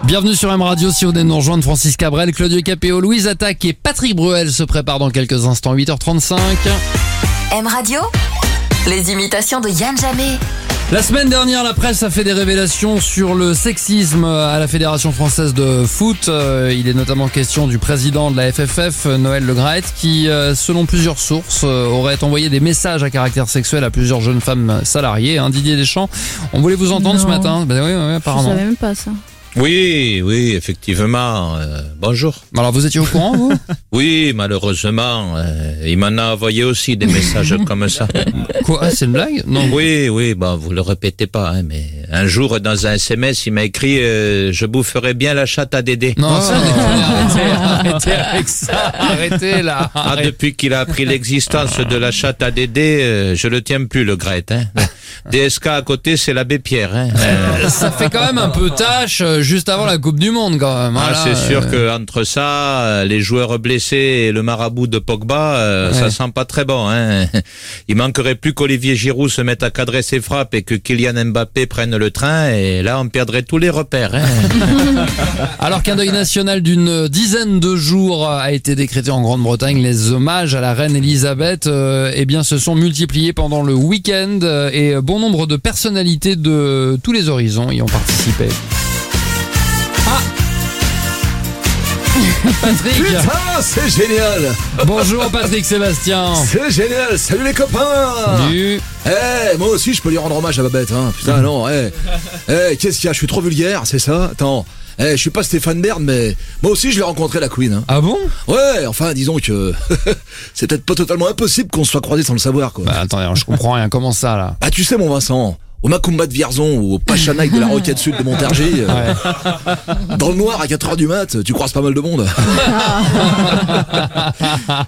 S2: Bienvenue sur M Radio. Si vous venez de nous rejoindre, Francis Cabrel, Claudio Capéo, Louise Attaque et Patrick Bruel se préparent dans quelques instants, 8h35.
S1: M Radio, les imitations de Yann Jamais.
S2: La semaine dernière, la presse a fait des révélations sur le sexisme à la Fédération française de foot. Euh, Il est notamment question du président de la FFF, euh, Noël Le Graët, qui, euh, selon plusieurs sources, euh, aurait envoyé des messages à caractère sexuel à plusieurs jeunes femmes salariées. hein. Didier Deschamps, on voulait vous entendre
S3: Non.
S2: ce matin. Ben oui, oui, oui,
S3: Je
S2: apparemment.
S3: savais même pas ça.
S15: Oui, oui, effectivement. euh, bonjour.
S2: Alors, vous étiez au courant, vous
S15: Oui, malheureusement. euh, il m'en a envoyé aussi des messages comme ça.
S2: Quoi C'est une blague Non.
S15: Oui, oui, bah, vous le répétez pas, hein, mais un jour, dans un SMS, il m'a écrit euh, Je boufferai bien la chatte à Dédé. Ah.
S2: Non, ça, arrêtez, arrêtez avec ça, arrêtez là.
S15: Ah, depuis qu'il a appris l'existence de la chatte à Dédé, euh, je le tiens plus, le Grette. Hein. DSK à côté, c'est l'abbé Pierre. Hein. Euh,
S2: Ça fait quand même un peu tâche euh, juste avant la Coupe du Monde, quand même.
S15: Ah,
S2: Voilà,
S15: c'est
S2: euh,
S15: sûr que entre ça, euh, les joueurs blessés et le marabout de Pogba, euh, ça sent pas très bon. Hein. Il manquerait plus qu'Olivier Giroud se mette à cadrer ses frappes et que Kylian Mbappé prenne le train, et là on perdrait tous les repères. Hein.
S2: Alors qu'un deuil national d'une dizaine de jours a été décrété en Grande-Bretagne, les hommages à la reine Elisabeth euh, eh bien, se sont multipliés pendant le week-end euh, et bon nombre de personnalités de tous les horizons y ont participé. Ah Patrick
S13: Putain,
S2: c'est génial Bonjour Patrick Sébastien
S10: C'est génial, salut les copains
S2: Salut
S10: Eh, moi aussi je peux lui rendre hommage à Babette, hein. Putain, non, eh. Eh, qu'est-ce qu'il y a Je suis trop vulgaire, c'est ça Attends. Eh, je suis pas Stéphane Bern, mais moi aussi je l'ai rencontré la Queen. hein.
S2: Ah bon
S10: Ouais, enfin disons que c'est peut-être pas totalement impossible qu'on se soit croisés sans le savoir, quoi.
S2: Bah attendez, je comprends rien, comment ça là
S10: Ah tu sais mon Vincent, au Macumba de Vierzon ou au Pachanaï de la Roquette Sud de Montargis, euh, dans le noir à 4h du mat, tu croises pas mal de monde.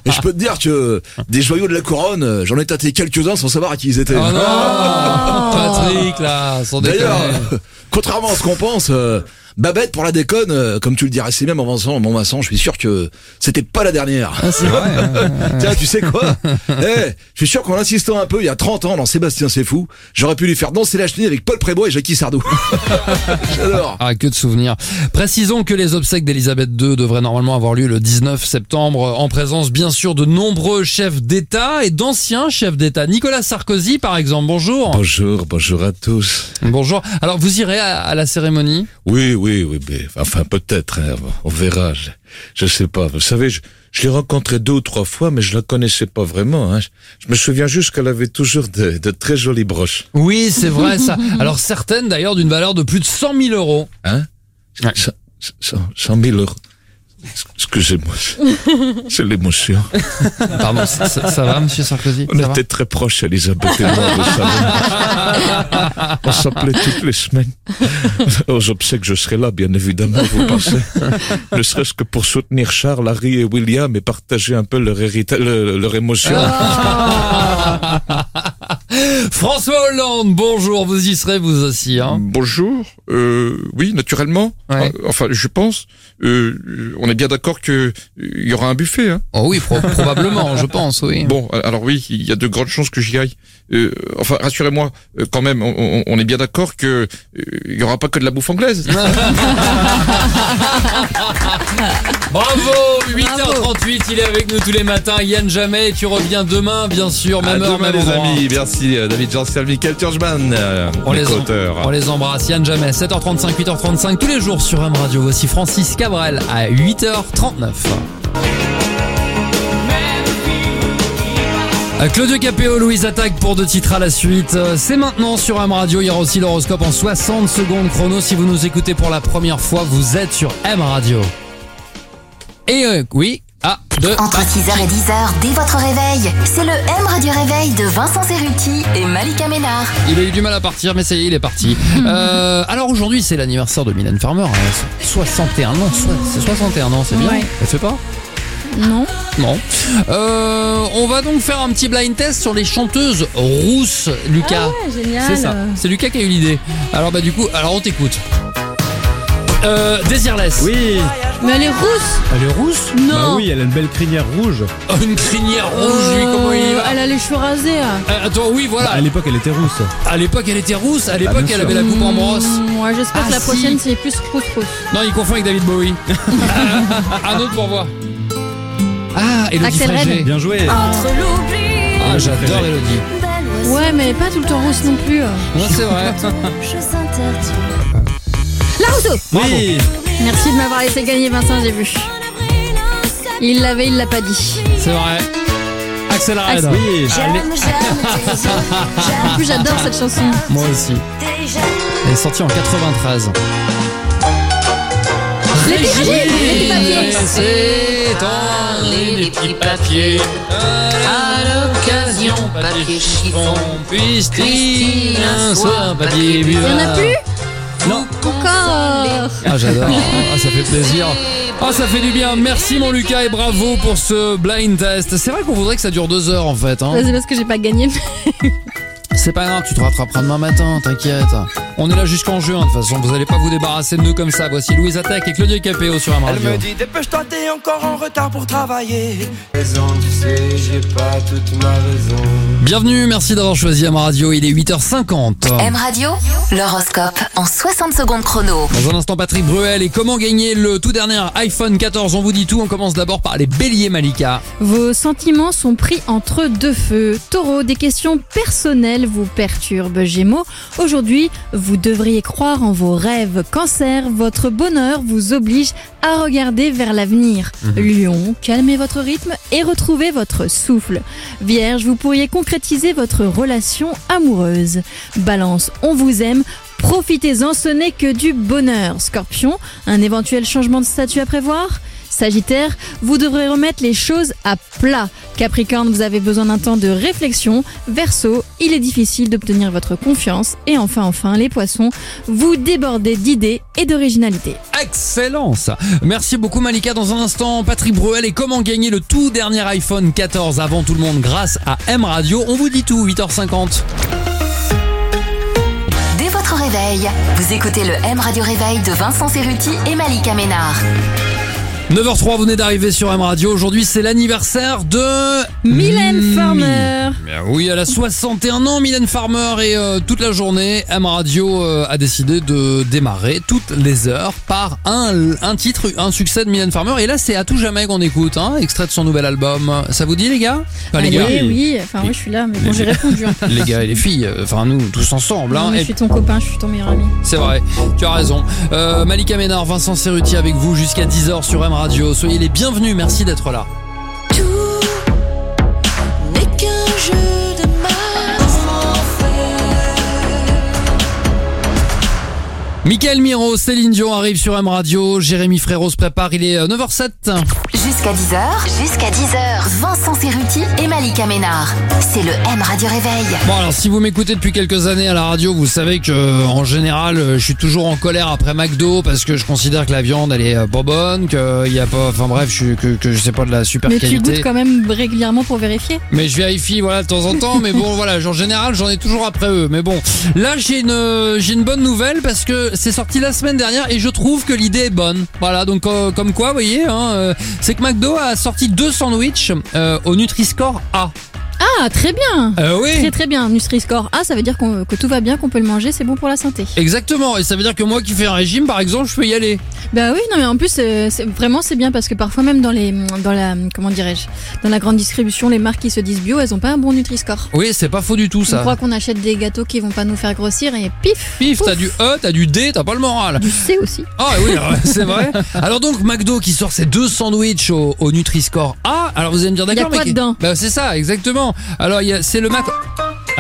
S10: Et je peux te dire que des joyaux de la couronne, euh, j'en ai tâté quelques-uns sans savoir à qui ils étaient.
S2: Oh non Patrick là, sans déconner
S10: D'ailleurs, euh, contrairement à ce qu'on pense, euh, Babette pour la déconne, euh, comme tu le dirais si bien mon Vincent, mon Vincent, je suis sûr que c'était pas la dernière.
S2: Ah, c'est vrai, hein.
S10: Tiens, tu sais quoi Eh, Je suis sûr qu'en insistant un peu, il y a 30 ans dans Sébastien c'est fou, j'aurais pu lui faire danser la chenille avec Paul Prébois et Jackie Sardou. J'adore.
S2: Ah, que de souvenirs. Précisons que les obsèques d'Elisabeth II devraient normalement avoir lieu le 19 septembre, euh, en présence bien sûr de nombreux chefs d'État et d'anciens chefs d'État. Nicolas Sarkozy, par exemple, bonjour.
S12: Bonjour, bonjour à tous.
S2: Bonjour. Alors, vous irez à, à la cérémonie
S12: Oui, oui, oui, mais enfin peut-être, hein, on verra. Je, je sais pas. Vous savez, je, je l'ai rencontrée deux ou trois fois, mais je la connaissais pas vraiment. hein. Je, je me souviens juste qu'elle avait toujours de, de très jolies broches.
S2: Oui, c'est vrai ça. Alors, certaines d'ailleurs d'une valeur de plus de 100 000 euros.
S12: Hein Cent- cent- cent mille euros. Excusez-moi,
S2: Oh,
S12: c'est l'émotion.
S2: Pardon, ça, ça- ça va, monsieur Sarkozy
S12: On
S2: Ça va
S12: était très proches, Elisabeth et moi, vous savez. On s'appelait toutes les semaines. Aux obsèques, je serai là, bien évidemment, vous pensez. Ne serait-ce que pour soutenir Charles, Harry et William et partager un peu leur, hérita- le- leur émotion.
S2: Ah. François Hollande, bonjour. Vous y serez vous aussi, hein
S16: Bonjour. Euh, oui, naturellement.
S2: Ouais.
S16: Ah, Enfin, je pense. Euh, on est bien d'accord que euh, il y aura un buffet. Hein
S2: Oh oui, pro- probablement, je pense, oui.
S16: Bon, a- alors oui, il y a de grandes chances que j'y aille. Euh, enfin, rassurez-moi, euh, quand même, on, on- on est bien d'accord que euh, il y aura pas que de la bouffe anglaise.
S2: Bravo 8h38, il est avec nous tous les matins. Yann Jamais, tu reviens demain, bien sûr, même
S11: À
S2: heure,
S11: demain,
S2: même
S11: les
S2: endroit.
S11: amis. Merci, euh, David Janssen, Michael Turgeman, euh,
S2: On
S11: mes
S2: les, en-
S11: co-auteurs.
S2: on les embrasse, Yann Jamais, 7h35, 8h35, tous les jours sur M Radio. Voici Francis Cabrel à 8h39. Euh, Claudio Capéo, Louise attaque pour deux titres à la suite. Euh, C'est maintenant sur M Radio. Il y aura aussi l'horoscope en 60 secondes chrono. Si vous nous écoutez pour la première fois, vous êtes sur M Radio. Et euh, oui, ah, deux.
S1: Entre 6h et 10h, dès votre réveil, c'est le M Radio Réveil de Vincent Serruti et Malika Ménard.
S2: Il a eu du mal à partir, mais ça y est, il est parti. Euh, alors aujourd'hui, c'est l'anniversaire de Mylène Farmer. hein. Elle a 61 ans, so- c'est 61 ans, c'est bien.
S3: Ouais.
S2: Elle fait pas
S3: Non.
S2: Non. Euh, on va donc faire un petit blind test sur les chanteuses rousses, Lucas.
S3: Ah ouais, génial.
S2: C'est ça. C'est Lucas qui a eu l'idée. Alors bah du coup, alors on t'écoute. Euh, Désirless. Oui.
S3: Mais elle est rousse.
S2: Elle est rousse
S3: Non. Bah oui,
S2: elle a une belle crinière rouge. une crinière rouge, lui, Oh, comment il y
S3: Euh,
S2: va
S3: elle a les cheveux rasés. là.
S2: Euh, Attends, oui, voilà.
S4: À l'époque, elle était rousse. Ah,
S2: À l'époque, elle était rousse. À l'époque,
S4: bien
S2: elle
S4: sûr.
S2: avait la coupe en brosse.
S3: Mmh, ouais, j'espère
S2: Ah,
S3: que la
S2: si.
S3: prochaine c'est plus rousse rousse.
S2: Non, il confond avec David Bowie. un autre pour voir. Ah, Elodie
S3: Axel
S2: Frégé.
S3: Red.
S4: Bien joué.
S3: Entre l'oubli.
S2: Ah, j'adore Elodie.
S3: Ouais, mais elle est pas tout le temps rousse non plus. hein.
S2: Non, c'est vrai.
S3: Oh. La Rousseau
S2: Oui.
S3: Merci de m'avoir laissé gagner Vincent, j'ai vu. Il l'avait, il l'a pas dit.
S2: C'est vrai. Axel Red.
S3: Axel-
S2: Allez. Ah,
S3: En plus, j'adore cette chanson.
S2: Moi aussi. Elle est sortie en 93.
S13: C'est dans les petits papiers. À l'occasion, papier chiffon.
S2: Puisse-t-il un soir papier
S13: Il y en a
S2: buvard
S13: plus
S2: Non.
S3: Encore
S2: Ah j'adore, Ah, ça fait plaisir. Ah ça fait du bien, merci mon Lucas et bravo pour ce blind test. C'est vrai qu'on voudrait que ça dure deux heures en fait. hein.
S3: Bah, C'est parce que j'ai pas gagné.
S2: C'est pas grave, tu te rattraperas demain matin, t'inquiète. On est là jusqu'en juin de toute façon, vous allez pas vous débarrasser de nous comme ça. Voici Louise Attaque et Claudio Capéo sur un
S13: Elle
S2: Radio.
S13: me dit dépêche-toi, t'es encore en retard pour travailler. Raison, tu sais, j'ai pas toute ma raison.
S2: Bienvenue, merci d'avoir choisi Am Radio, il est 8h50.
S1: M Radio, l'horoscope en 60 secondes chrono.
S2: Dans un instant, Patrick Bruel et comment gagner le tout dernier iPhone 14. On vous dit tout. On commence d'abord par les béliers Malika.
S3: Vos sentiments sont pris entre deux feux. Taureau, des questions personnelles vous perturbent. Gémeaux, aujourd'hui, vous devriez croire en vos rêves. Cancer, votre bonheur vous oblige à regarder vers l'avenir. Lion, calmez votre rythme et retrouvez votre souffle. Vierge, vous pourriez concrétiser votre relation amoureuse. Balance, on vous aime. Profitez-en, ce n'est que du bonheur. Scorpion, un éventuel changement de statut à prévoir Sagittaire, vous devrez remettre les choses à plat. Capricorne, vous avez besoin d'un temps de réflexion. Verseau, il est difficile d'obtenir votre confiance. Et enfin, enfin, les poissons, vous débordez d'idées et d'originalité.
S2: Excellent ça. Merci beaucoup Malika. Dans un instant, Patrick Bruel et comment gagner le tout dernier iPhone 14 avant tout le monde grâce à M Radio. On vous dit tout, 8h50.
S1: Dès votre réveil, vous écoutez le M Radio Réveil de Vincent Serruti et Malika Ménard.
S2: 9h03, vous venez d'arriver sur M Radio. Aujourd'hui, c'est l'anniversaire de...
S3: Mylène Farmer.
S2: Ben oui, elle a 61 ans, Mylène Farmer, et euh, toute la journée, M Radio euh, a décidé de démarrer toutes les heures par un, un titre, un succès de Mylène Farmer. Et là, c'est à tout jamais qu'on écoute, hein, extrait de son nouvel album. Ça vous dit, les gars Enfin, Ah, les
S3: Allez,
S2: gars.
S3: Ah, oui, enfin, moi je suis là, mais bon, j'ai répondu. hein.
S2: Les gars et les filles, euh, enfin nous tous ensemble. hein.
S3: Non, mais
S2: Et-
S3: je suis ton copain, je suis ton meilleur ami.
S2: c'est vrai, tu as raison. Euh, Malika Ménard, Vincent Serruti avec vous jusqu'à 10h sur M Radio. Soyez les bienvenus, merci d'être là.
S13: N'est qu'un jeu de mal. Comment
S2: Michael Miro, Céline Dion arrive sur M Radio, Jérémy Frérot se prépare, il est euh, 9h07.
S1: Jusqu'à 10h, jusqu'à 10h, Vincent Serruti et Malika Ménard. C'est le M Radio Réveil.
S2: Bon alors si vous m'écoutez depuis quelques années à la radio, vous savez que euh, en général euh, je suis toujours en colère après McDo parce que je considère que la viande elle est euh, pas bonne, que il y a pas, enfin bref, je, suis- que, que je sais pas de la super
S3: Mais tu
S2: qualité.
S3: goûtes quand même régulièrement pour vérifier.
S2: Mais je vérifie voilà de temps en temps, mais bon voilà, en général j'en ai toujours après eux. Mais bon, là j'ai une euh, j'ai une bonne nouvelle parce que c'est sorti la semaine dernière et je trouve que l'idée est bonne. Voilà donc euh, comme quoi vous voyez, hein, euh, c'est que McDo a sorti deux sandwichs euh, au Nutri-Score A.
S3: Ah, très bien
S2: Euh, oui.
S3: Très très bien, Nutri-Score. Ah, ça veut dire qu'on- que tout va bien, qu'on peut le manger, c'est bon pour la santé.
S2: Exactement et ça veut dire que moi qui fais un régime par exemple je peux y aller.
S3: Bah oui, non mais en plus euh, c'est- vraiment c'est bien parce que parfois même dans les dans la comment dirais-je dans la grande distribution les marques qui se disent bio elles ont pas un bon Nutri-Score.
S2: Oui c'est pas faux du tout
S3: On
S2: ça.
S3: croit qu'on achète des gâteaux qui vont pas nous faire grossir et pif.
S2: Pif, t'as du E, t'as du D, t'as pas le moral.
S3: Du C aussi.
S2: Ah oui, c'est vrai. Alors donc McDo qui sort ses deux sandwichs au, au Nutri-Score A. Alors vous allez me dire
S3: Il y a
S2: d'accord,
S3: quoi
S2: mais-
S3: dedans
S2: Bah, c'est ça, exactement. Alors il y a- c'est le mac.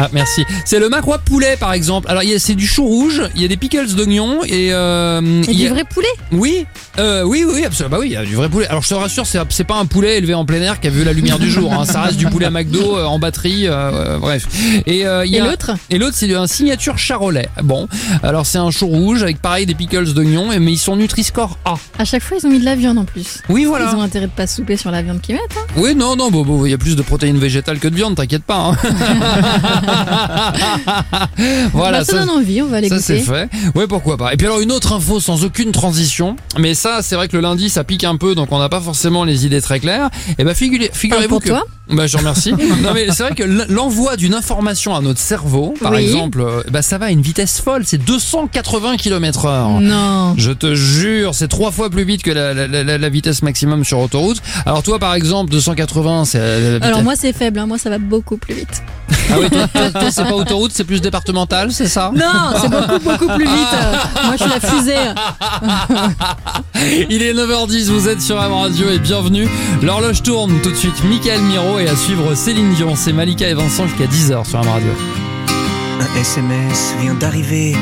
S2: Ah merci. C'est le macro poulet par exemple. Alors il y a- c'est du chou rouge, il y a des pickles d'oignons et euh,
S3: Et
S2: il y
S3: du
S2: a-
S3: vrai poulet.
S2: Oui, euh, oui, oui, oui, absolument. Bah oui, il y a du vrai poulet. Alors je te rassure, c'est c'est pas un poulet élevé en plein air qui a vu la lumière du jour. hein. Ça reste du poulet à McDo euh, en batterie, euh, euh, bref. Et, euh, il y
S3: Et
S2: a-
S3: l'autre
S2: Et l'autre, c'est un signature charolais. Bon, alors c'est un chou rouge avec pareil des pickles d'oignons, et- mais ils sont Nutri-Score A.
S3: À chaque fois ils ont mis de la viande en plus.
S2: Oui, voilà.
S3: Ils ont intérêt de pas souper sur la viande qu'ils mettent. hein.
S2: Oui, non, non, bon, bon, il y a plus de protéines végétales que de viande, t'inquiète pas. hein. voilà.
S3: Bah, ça, donne envie, on va les
S2: Ça c'est
S3: goûter.
S2: fait. Ouais, pourquoi pas. Et puis alors une autre info sans aucune transition, mais ça c'est vrai que le lundi ça pique un peu, donc on n'a pas forcément les idées très claires. Et ben figurez- figurez-vous
S3: pour
S2: que.
S3: toi.
S2: Bah je vous remercie. non mais c'est vrai que l- l'envoi d'une information à notre cerveau, par
S3: Oui.
S2: exemple, euh, bah ça va à une vitesse folle, c'est 280 km/h.
S3: Non.
S2: Je te jure, c'est trois fois plus vite que la, la- la- la vitesse maximum sur autoroute. Alors toi par exemple, 280, c'est la- la vitesse-
S3: Alors moi c'est faible, hein. moi ça va beaucoup plus vite.
S2: Ah oui, toi, toi- toi, c'est pas autoroute, c'est plus départemental, c'est ça
S3: Non, c'est beaucoup beaucoup plus vite. euh. Moi je suis la fusée.
S2: Il est 9h10, vous êtes sur M Radio et bienvenue. L'horloge tourne tout de suite. Michael Miro et à suivre Céline Dion, c'est Malika et Vincent jusqu'à 10h sur M Radio.
S7: Un SMS vient d'arriver.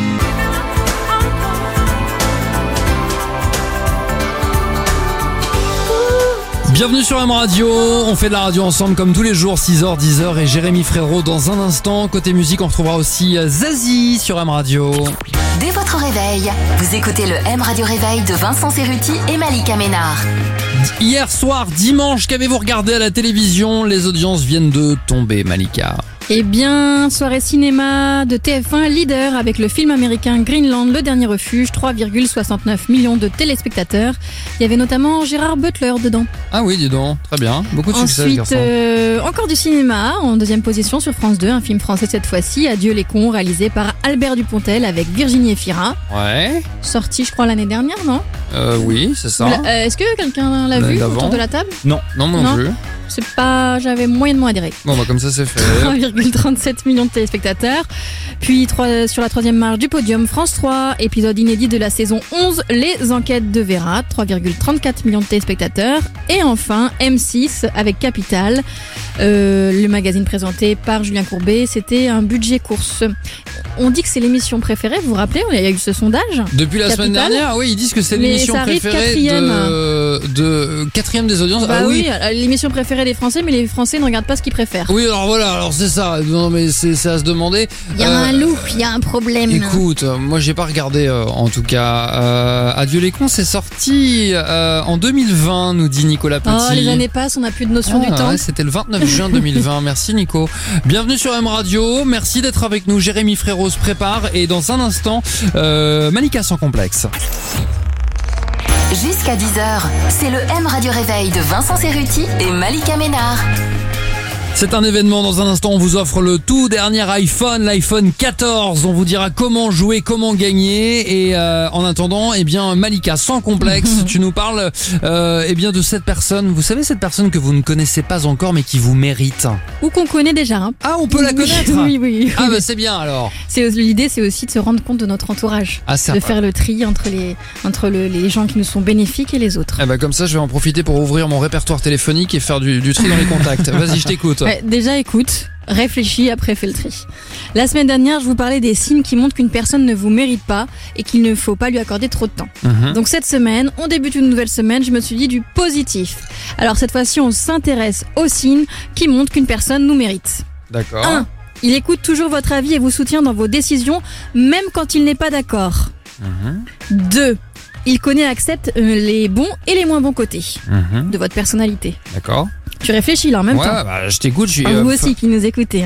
S2: Bienvenue sur M Radio, on fait de la radio ensemble comme tous les jours, 6h, 10h et Jérémy Frérot dans un instant. Côté musique, on retrouvera aussi Zazie sur M Radio.
S1: Dès votre réveil, vous écoutez le M Radio Réveil de Vincent Serruti et Malika Ménard.
S2: Hier soir, dimanche, qu'avez-vous regardé à la télévision Les audiences viennent de tomber, Malika.
S3: Eh bien, soirée cinéma de TF1 leader avec le film américain Greenland, le dernier refuge, 3,69 millions de téléspectateurs. Il y avait notamment Gérard Butler dedans.
S2: Ah oui, dis donc, très bien. Beaucoup de succès,
S3: Ensuite,
S2: garçon.
S3: euh, encore du cinéma, en deuxième position sur France 2, un film français cette fois-ci, Adieu les cons, réalisé par Albert Dupontel avec Virginie Efira,
S2: Ouais,
S3: sorti je crois l'année dernière, non
S2: euh, oui, c'est ça.
S3: Vous l'a- euh, Est-ce que quelqu'un l'a
S2: L'année
S3: vu
S2: d'avant
S3: autour de la table
S2: Non, non, moi non,
S3: Non.
S2: plus.
S3: C'est pas, j'avais moyennement adhéré.
S2: Bon, bah comme ça, c'est fait.
S3: 1,37 millions de téléspectateurs. Puis trois- sur la troisième marche du podium, France 3, épisode inédit de la saison 11, Les Enquêtes de Vera, 3,34 millions de téléspectateurs. Et enfin, M6 avec Capital, euh, le magazine présenté par Julien Courbet. C'était un budget course. On dit que c'est l'émission préférée, vous vous rappelez Il y a eu ce sondage
S2: Depuis la
S3: Capital.
S2: semaine dernière, oui, ils disent que c'est
S3: Mais
S2: l'émission
S3: ça arrive
S2: préférée
S3: quatrième.
S2: de, de- quatrième des audiences.
S3: Bah
S2: ah
S3: oui, l'émission préférée des Français, mais les Français ne regardent pas ce qu'ils préfèrent.
S2: Oui, alors voilà, alors c'est ça. Non, mais c'est c'est à se demander.
S3: Il y a
S2: Euh,
S3: un loup, il y a un problème.
S2: Écoute, euh, moi j'ai pas regardé euh, en tout cas. Euh, Adieu les cons, c'est sorti euh, en 2020, nous dit Nicolas Petit.
S3: Oh, les années passent, on n'a plus de notion
S2: Ah,
S3: du temps.
S2: ouais, C'était le 29 juin 2020. Merci Nico. Bienvenue sur M Radio. Merci d'être avec nous. Jérémy Frérot se prépare et dans un instant, euh, Malika sans complexe.
S1: Jusqu'à 10h, c'est le M Radio Réveil de Vincent Serruti et Malika Ménard.
S2: C'est un événement. Dans un instant, on vous offre le tout dernier iPhone, l'iPhone 14. On vous dira comment jouer, comment gagner. Et euh, en attendant, eh bien, Malika, sans complexe, tu nous parles euh, eh bien de cette personne. Vous savez cette personne que vous ne connaissez pas encore, mais qui vous mérite.
S3: Ou qu'on connaît déjà. hein.
S2: Ah, on peut la
S3: Oui,
S2: connaître
S3: Oui, oui. oui.
S2: Ah bah c'est bien alors.
S3: C'est- L'idée, c'est aussi de se rendre compte de notre entourage.
S2: Ah, c'est
S3: de
S2: sympa.
S3: faire le tri entre, les, entre le- les gens qui nous sont bénéfiques et les autres.
S2: Eh ben comme ça, je vais en profiter pour ouvrir mon répertoire téléphonique et faire du, du tri dans les contacts. Vas-y, je t'écoute.
S3: Ouais, déjà, écoute, réfléchis, après fais le tri. La semaine dernière, je vous parlais des signes qui montrent qu'une personne ne vous mérite pas et qu'il ne faut pas lui accorder trop de temps.
S13: Mhm.
S3: Donc cette semaine, on débute une nouvelle semaine, je me suis dit du positif. Alors cette fois-ci, on s'intéresse aux signes qui montrent qu'une personne nous mérite.
S2: D'accord.
S3: 1. Il écoute toujours votre avis et vous soutient dans vos décisions, même quand il n'est pas d'accord.
S2: Mhm.
S3: 2. Il connaît et accepte euh, les bons et les moins bons côtés
S2: Mhm.
S3: de votre personnalité.
S2: D'accord.
S3: Tu réfléchis là en même
S2: ouais,
S3: temps.
S2: bah, je t'écoute. Je suis.
S3: Enfin,
S2: euh,
S3: vous
S2: fa-
S3: aussi qui nous écoutez.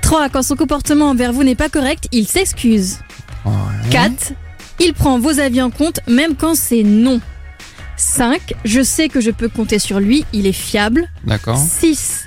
S3: 3. Quand son comportement envers vous n'est pas correct, il s'excuse.
S2: Ah
S3: 4. Il prend vos avis en compte même quand c'est non. 5. Je sais que je peux compter sur lui, il est fiable.
S2: D'accord.
S3: 6.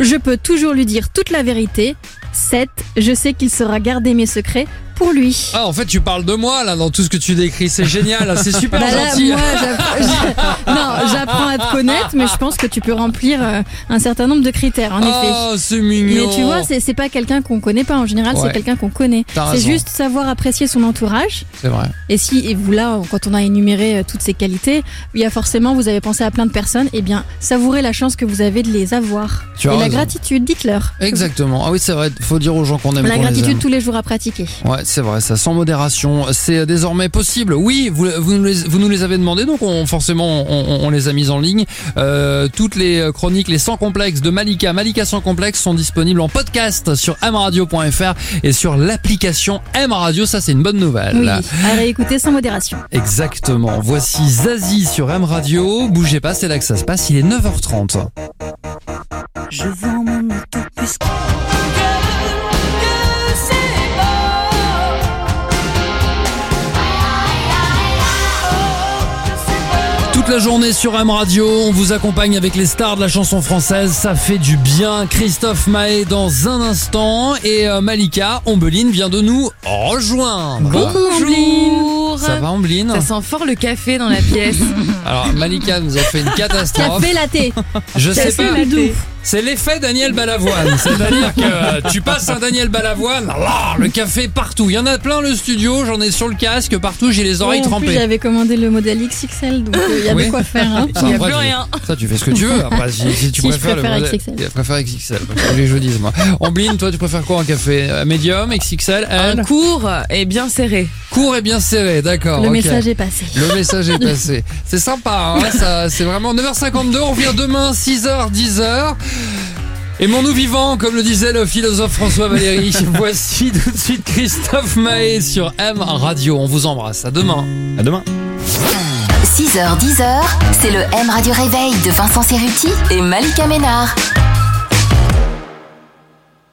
S3: Je peux toujours lui dire toute la vérité. 7. Je sais qu'il saura garder mes secrets pour lui.
S2: Ah, en fait, tu parles de moi là dans tout ce que tu décris. C'est génial. C'est super
S3: Bah là,
S2: gentil.
S3: moi, j'app- non, j'apprends à te connaître, mais je pense que tu peux remplir euh, un certain nombre de critères, en
S2: oh,
S3: effet.
S2: c'est mignon.
S3: Mais tu vois, c'est c'est pas quelqu'un qu'on connaît pas. En général,
S2: Ouais.
S3: c'est quelqu'un qu'on connaît.
S2: T'as
S3: C'est
S2: raison.
S3: juste savoir apprécier son entourage.
S2: C'est vrai.
S3: Et si, et vous là, quand on a énuméré euh, toutes ces qualités, il y a forcément, vous avez pensé à plein de personnes, et bien, savourez la chance que vous avez de les avoir.
S2: Tu as
S3: et la
S2: raison.
S3: gratitude, dites-leur.
S2: Exactement. Ah oui, c'est vrai. Faut dire aux gens qu'on aime. et
S3: La
S2: qu'on les aime.
S3: gratitude tous les jours à pratiquer.
S2: Ouais, c'est vrai, ça sans modération, c'est euh, désormais possible. Oui, vous, vous, nous, les, vous nous les avez demandé, donc on, forcément on, on- on les a mises en ligne. Euh, toutes les chroniques, les sans complexes de Malika, Malika sans complexe sont disponibles en podcast sur mradio.fr et sur l'application M Radio. Ça, c'est une bonne nouvelle.
S3: Oui, à réécouter sans modération.
S2: Exactement. Voici Zazie sur M Radio. Bougez pas, c'est là que ça se passe. Il est 9h30.
S13: Je vends mon auto puisque que c'est
S2: Toute la journée sur M Radio, on vous accompagne avec les stars de la chanson française, ça fait du bien. Christophe Maé dans un instant et euh, Malika Ombeline vient de nous rejoindre.
S17: Bonjour
S2: Ça va Ombeline
S17: Ça sent fort le café dans la pièce.
S2: Alors Malika nous a fait une catastrophe.
S17: latte
S2: Je sais pas.
S17: Café latte.
S2: C'est l'effet Daniel Balavoine. C'est-à-dire que euh, tu passes un Daniel Balavoine, là, le café partout. Il y en a plein le studio, j'en ai sur le casque, partout, j'ai les oreilles
S3: Bon, Oh, En plus,
S2: trempées.
S3: j'avais commandé le modèle XXL, donc euh, il y avait
S2: Oui.
S3: quoi faire. hein.
S2: Ça, après, tu- Ça, tu fais ce que tu veux. Après, si, si tu
S3: Si, je
S2: préfères,
S3: préfère
S2: le modèle-
S3: XXL.
S2: Je préfère XXL. Je voulais que je dise, moi. Ambline, toi, tu préfères quoi en café Euh, Médium, XXL, L
S17: Un court et bien serré.
S2: Court et bien serré, d'accord.
S3: Le
S2: ok.
S3: message est passé.
S2: Le message est passé. C'est sympa, hein, ça, c'est vraiment 9h52. On revient demain, 6h, 10h. Aimons-nous vivants, comme le disait le philosophe François Valéry. Voici tout de suite Christophe Mahé sur M Radio. On vous embrasse. À demain.
S4: À demain.
S1: 6h, 10h, c'est le M Radio Réveil de Vincent Serruti et Malika Ménard.